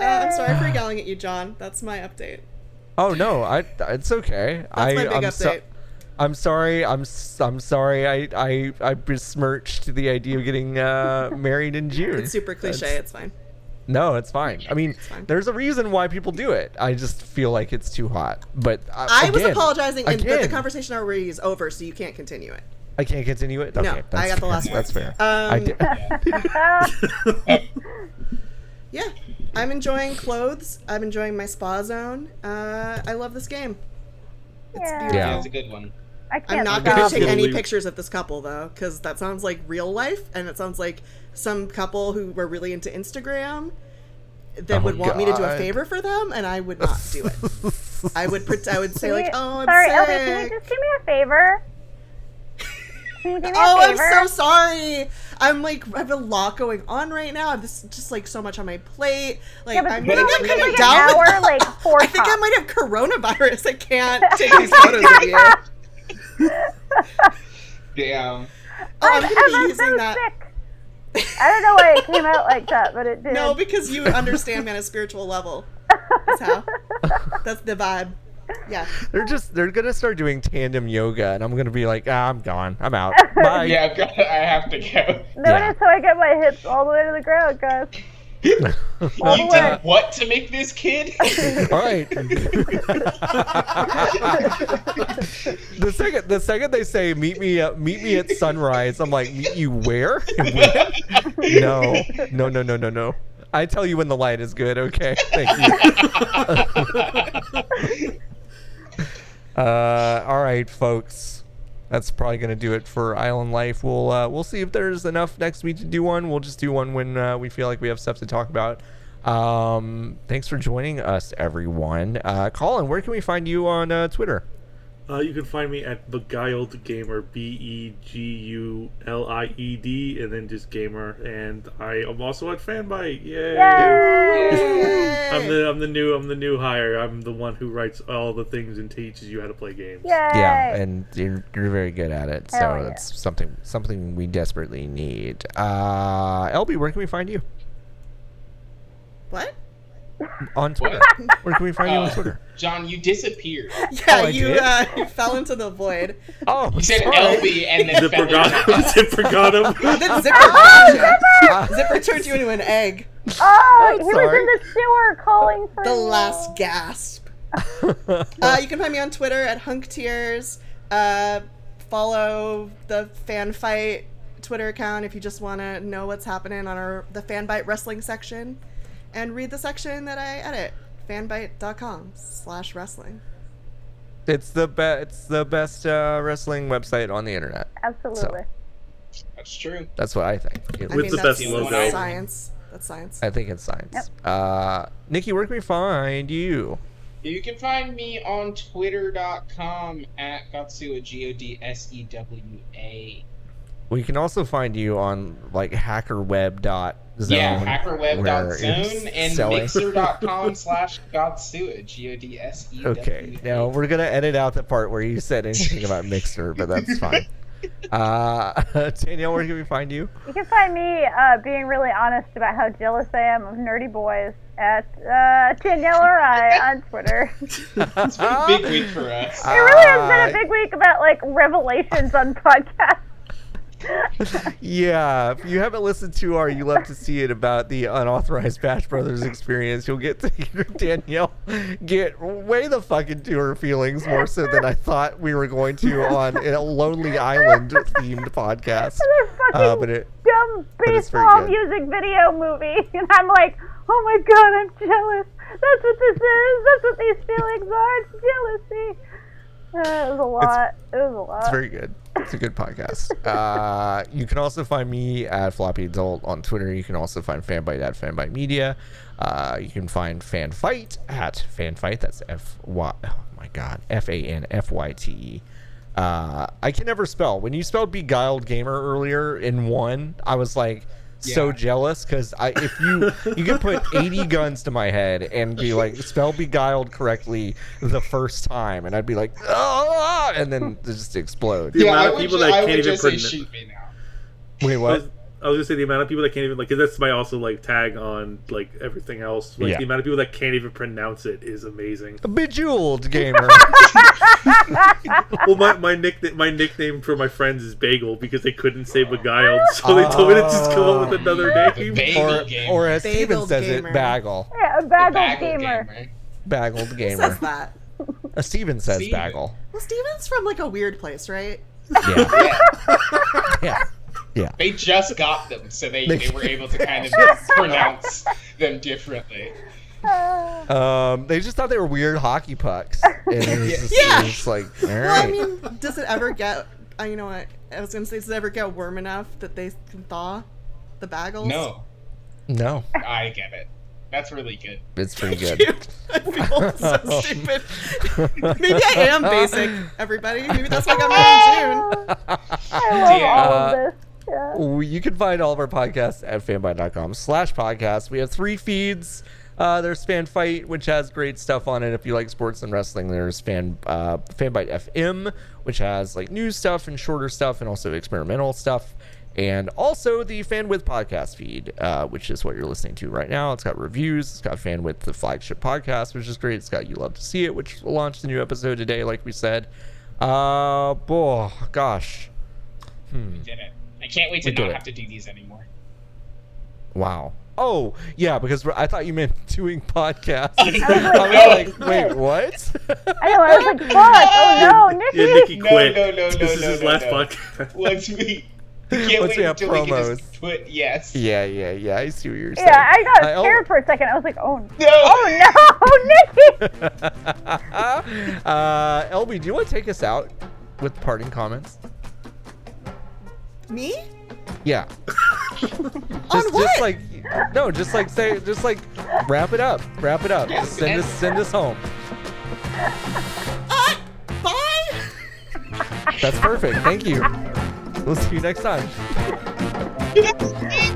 Speaker 4: I'm sorry for yelling at you, John. That's my update.
Speaker 1: oh no, I. It's okay.
Speaker 4: That's
Speaker 1: I,
Speaker 4: my big
Speaker 1: I'm so-
Speaker 4: update.
Speaker 1: I'm sorry. I'm s- I'm sorry. I I I besmirched the idea of getting uh, married in June.
Speaker 4: it's super cliche. It's fine.
Speaker 1: No, it's fine. I mean,
Speaker 4: fine.
Speaker 1: there's a reason why people do it. I just feel like it's too hot. But uh,
Speaker 4: I was
Speaker 1: again-
Speaker 4: apologizing, and, but the
Speaker 1: again,
Speaker 4: conversation already is over, so you can't continue it.
Speaker 1: I can't continue it. Okay,
Speaker 4: no,
Speaker 1: that's
Speaker 4: I got the
Speaker 1: fair.
Speaker 4: last word.
Speaker 1: That's fair.
Speaker 4: Um,
Speaker 1: I did.
Speaker 4: Yeah, I'm enjoying clothes. I'm enjoying my spa zone. Uh, I love this game.
Speaker 3: yeah.
Speaker 4: beautiful.
Speaker 2: That's a good one.
Speaker 3: I can't
Speaker 4: I'm not
Speaker 3: stop.
Speaker 4: going to
Speaker 5: It's
Speaker 4: take
Speaker 5: gonna
Speaker 4: any
Speaker 5: leave-
Speaker 4: pictures of this couple though, because that sounds like real life, and it sounds like some couple who were really into Instagram that
Speaker 1: Oh,
Speaker 4: would want me to do a
Speaker 1: God.
Speaker 4: favor for them, and I would not do it. I would pret I would say
Speaker 3: Can
Speaker 4: like,
Speaker 3: you-
Speaker 4: "Oh, I'm
Speaker 3: sorry,
Speaker 4: sick.
Speaker 3: Elder, can you just do me a favor? Can you do me
Speaker 4: oh,
Speaker 3: a
Speaker 4: I'm
Speaker 3: favor?
Speaker 4: so sorry. I'm like, I have a lot going on right now. I have this just like so much on my plate. Like,
Speaker 3: Yeah, but
Speaker 4: I'm
Speaker 3: you
Speaker 4: gonna
Speaker 3: only
Speaker 4: get
Speaker 3: take,
Speaker 4: kind
Speaker 3: like, an
Speaker 4: of down. with-
Speaker 3: hour, like, four
Speaker 4: I think I
Speaker 3: tops.
Speaker 4: might have coronavirus. I can't take these photos of you. Oh,
Speaker 2: Damn.
Speaker 4: Oh, I'm gonna be
Speaker 3: I'm
Speaker 4: using
Speaker 3: so
Speaker 4: that.
Speaker 3: sick. I don't know why it came out like that, but it did.
Speaker 4: No, because you understand me on a spiritual level. That's how. That's the vibe. Yeah.
Speaker 1: They're just they're gonna start doing tandem yoga, and I'm gonna be like, ah, I'm gone. I'm out. Bye.
Speaker 2: Yeah, I've got. I have to go.
Speaker 1: yeah.
Speaker 3: Notice how I get my hips all the way to the ground, guys. All the
Speaker 2: You
Speaker 3: way.
Speaker 2: did what to make this kid?
Speaker 1: All right. the second the second they say meet me at meet me at sunrise, I'm like, meet you where? When? no, no, no, no, no, no. I tell you when the light is good. Okay, thank you. Uh, all right, folks. That's probably gonna do it for Island Life. We'll uh, we'll see if there's enough next week to do one. We'll just do one when uh, we feel like we have stuff to talk about. Um, thanks for joining us, everyone. Uh, Colin, where can we find you on uh, Twitter?
Speaker 5: Uh, you can find me at Beguiled Gamer, B E G U L I E D, and then just Gamer. And I am also at Fanbyte. Yay! I'm the I'm the new I'm the new hire. I'm the one who writes all the things and teaches you how to play games.
Speaker 3: Yay!
Speaker 1: Yeah, and you're, you're very good at it, so
Speaker 3: Hell yeah.
Speaker 1: that's something something we desperately need. Uh, LB, where can we find you
Speaker 4: What?
Speaker 1: on Twitter? where can we find you
Speaker 2: Uh,
Speaker 1: on Twitter?
Speaker 2: John, you disappeared.
Speaker 4: Yeah,
Speaker 1: Oh, I
Speaker 4: you
Speaker 1: did?
Speaker 4: uh, you fell into the void.
Speaker 1: Oh,
Speaker 2: You said
Speaker 1: sorry.
Speaker 2: LB and then
Speaker 5: Zipper
Speaker 2: fell
Speaker 5: got
Speaker 2: into-
Speaker 5: him. Zipper got him.
Speaker 4: Then Zipper got you.
Speaker 1: Ah,
Speaker 4: Oh, Zipper turned you into an egg.
Speaker 3: Oh,
Speaker 1: I'm
Speaker 3: he was
Speaker 1: sorry.
Speaker 3: in the sewer calling for
Speaker 4: The
Speaker 3: you.
Speaker 4: last gasp. Uh, you can find me on Twitter at Hunk Tears. Uh, follow the Fan Fight Twitter account if you just want to know what's happening on our the Fan Bite wrestling section, and read the section that I edit, fanbite.com/wrestling.
Speaker 1: It's the best. It's the best uh, wrestling website on the internet.
Speaker 3: Absolutely.
Speaker 2: That's true.
Speaker 1: That's what I think. At
Speaker 4: I
Speaker 5: With
Speaker 1: least.
Speaker 4: mean,
Speaker 5: the
Speaker 4: that's
Speaker 5: best
Speaker 2: logo.
Speaker 4: Science. That's science.
Speaker 1: I think it's science.
Speaker 3: Yep.
Speaker 1: Uh, Nikki, where can we find you?
Speaker 2: You can find me on twitter.com at Godsua, G O D S E W A.
Speaker 1: We can also find you on like hackerweb.zone.
Speaker 2: Yeah,
Speaker 1: where
Speaker 2: hackerweb.zone
Speaker 1: you're
Speaker 2: and
Speaker 1: selling-
Speaker 2: mixer.com slash Godsua, G O D S E W A.
Speaker 1: Okay, now we're gonna edit out the part where you said anything about Mixer, but that's fine. Uh, Danielle, where can we find you?
Speaker 3: You can find me uh, being really honest about how jealous I am of nerdy boys at uh, Danielle or I on Twitter.
Speaker 2: It's been a big week for us.
Speaker 3: It really has been a
Speaker 1: Uh,
Speaker 3: big week about like revelations on podcasts.
Speaker 1: Yeah, if you haven't listened to our You Love to See It about the unauthorized Bash Brothers experience, you'll get to hear Danielle get way the fuck into her feelings more so than I thought we were going to on a Lonely Island themed podcast.
Speaker 3: They're fucking
Speaker 1: Uh, but it,
Speaker 3: dumb
Speaker 1: but it's very
Speaker 3: baseball
Speaker 1: good.
Speaker 3: music video movie, and I'm like, oh my god, I'm jealous. That's what this is. That's what these feelings are. It's jealousy. Uh, it was a lot. it was a lot.
Speaker 1: it's very good. It's a good podcast. Uh, you can also find me at Floppy Adult on Twitter. You can also find Fanbite at Fanbite Media. Uh, you can find Fanfight at Fanfight. That's F Y. Oh my God. F A N F Y T E. Uh, I can never spell. When you spelled Beguiled Gamer earlier in one, I was like so
Speaker 2: Yeah.
Speaker 1: jealous because I if you you could put eighty guns to my head and be like spell Beguiled correctly the first time, and I'd be like oh, and then just explode.
Speaker 5: The amount
Speaker 2: I
Speaker 5: of
Speaker 2: would
Speaker 5: people
Speaker 2: ju-
Speaker 5: that
Speaker 2: I
Speaker 5: can't
Speaker 2: would
Speaker 5: even
Speaker 2: just
Speaker 5: put
Speaker 2: say
Speaker 5: in-
Speaker 2: shoot me now.
Speaker 1: Wait,
Speaker 5: I
Speaker 1: what?
Speaker 5: was, I was gonna say the amount of people that can't even like because that's my also like tag on like everything else. Like
Speaker 1: Yeah.
Speaker 5: the amount of people that can't even pronounce it is amazing.
Speaker 1: Bejeweled gamer.
Speaker 5: well, my my nickname my nickname for my friends is Bagel because they couldn't say beguiled, so they told me to just come up with another
Speaker 2: The
Speaker 5: name.
Speaker 2: baby
Speaker 1: or,
Speaker 2: gamer.
Speaker 1: or as Steven
Speaker 4: Bagel
Speaker 1: says
Speaker 4: gamer.
Speaker 1: it, bagel.
Speaker 3: yeah, a
Speaker 2: The
Speaker 3: bagel,
Speaker 2: bagel
Speaker 3: gamer.
Speaker 1: Baggled
Speaker 4: Says
Speaker 1: gamer.
Speaker 4: that.
Speaker 1: Uh, Steven says
Speaker 2: Steven.
Speaker 1: bagel.
Speaker 4: Well, Steven's from like a weird place, right?
Speaker 1: Yeah.
Speaker 2: Yeah,
Speaker 1: yeah.
Speaker 2: they just got them, so they,
Speaker 1: They-
Speaker 2: they were able to kind of pronounce them differently.
Speaker 3: Uh,
Speaker 1: Um, they just thought they were weird hockey pucks. And it was just, it
Speaker 4: Yeah.
Speaker 1: was just like, all
Speaker 4: Well, I
Speaker 1: right.
Speaker 4: mean, does it ever get? I, you know what? I was gonna say, does it ever get warm enough that they can thaw the bagels?
Speaker 2: No,
Speaker 1: no,
Speaker 2: I get it. That's really good.
Speaker 1: it's pretty good.
Speaker 4: Dude, I feel so stupid. Maybe I am basic, everybody. Maybe that's why I got mine in June.
Speaker 3: I love
Speaker 2: Yeah.
Speaker 3: all of
Speaker 1: Uh,
Speaker 3: this. Yeah.
Speaker 1: We- You can find all of our podcasts at fanbite.com slash podcast. We have three feeds. Uh, there's Fan Fight, which has great stuff on it. If you like sports and wrestling, there's Fan uh, Fanbite FM, which has like news stuff and shorter stuff, and also experimental stuff. And also the Fan With podcast feed, uh, which is what you're listening to right now. It's got reviews. It's got Fan With, the flagship podcast, which is great. It's got You Love to See It, which launched a new episode today, like we said. Uh, boy, gosh,
Speaker 2: We did it. I can't wait to
Speaker 1: We did
Speaker 2: not
Speaker 1: it.
Speaker 2: have to do these anymore.
Speaker 1: Wow. Oh, yeah, because we're- I thought you meant doing podcasts.
Speaker 3: I was like,
Speaker 1: I was
Speaker 3: oh,
Speaker 1: like, wait,
Speaker 3: shit.
Speaker 1: what?
Speaker 3: I know. I was like, fuck. Oh no, Nikki.
Speaker 5: Yeah, Nikki
Speaker 2: No,
Speaker 5: quit.
Speaker 2: no, no, no,
Speaker 5: this is
Speaker 2: no,
Speaker 5: his
Speaker 2: no,
Speaker 5: last
Speaker 2: no.
Speaker 5: podcast.
Speaker 2: Once we, we
Speaker 1: Once
Speaker 2: can't wait
Speaker 1: we have
Speaker 2: until we can just put yes.
Speaker 1: yeah, yeah, yeah. I see what you're saying.
Speaker 3: yeah, I got
Speaker 1: al-
Speaker 3: scared for a second. I was like, oh
Speaker 2: No. Oh no.
Speaker 3: no, Nikki.
Speaker 1: uh, LB, do you want to take us out with parting comments?
Speaker 4: Me?
Speaker 1: Yeah.
Speaker 4: On
Speaker 1: Just,
Speaker 4: what?
Speaker 1: just like no, just like say, just like wrap it up, wrap it up. Just send us, send us home.
Speaker 4: uh, bye.
Speaker 1: That's perfect. Thank you. We'll see you next time.
Speaker 2: Yes.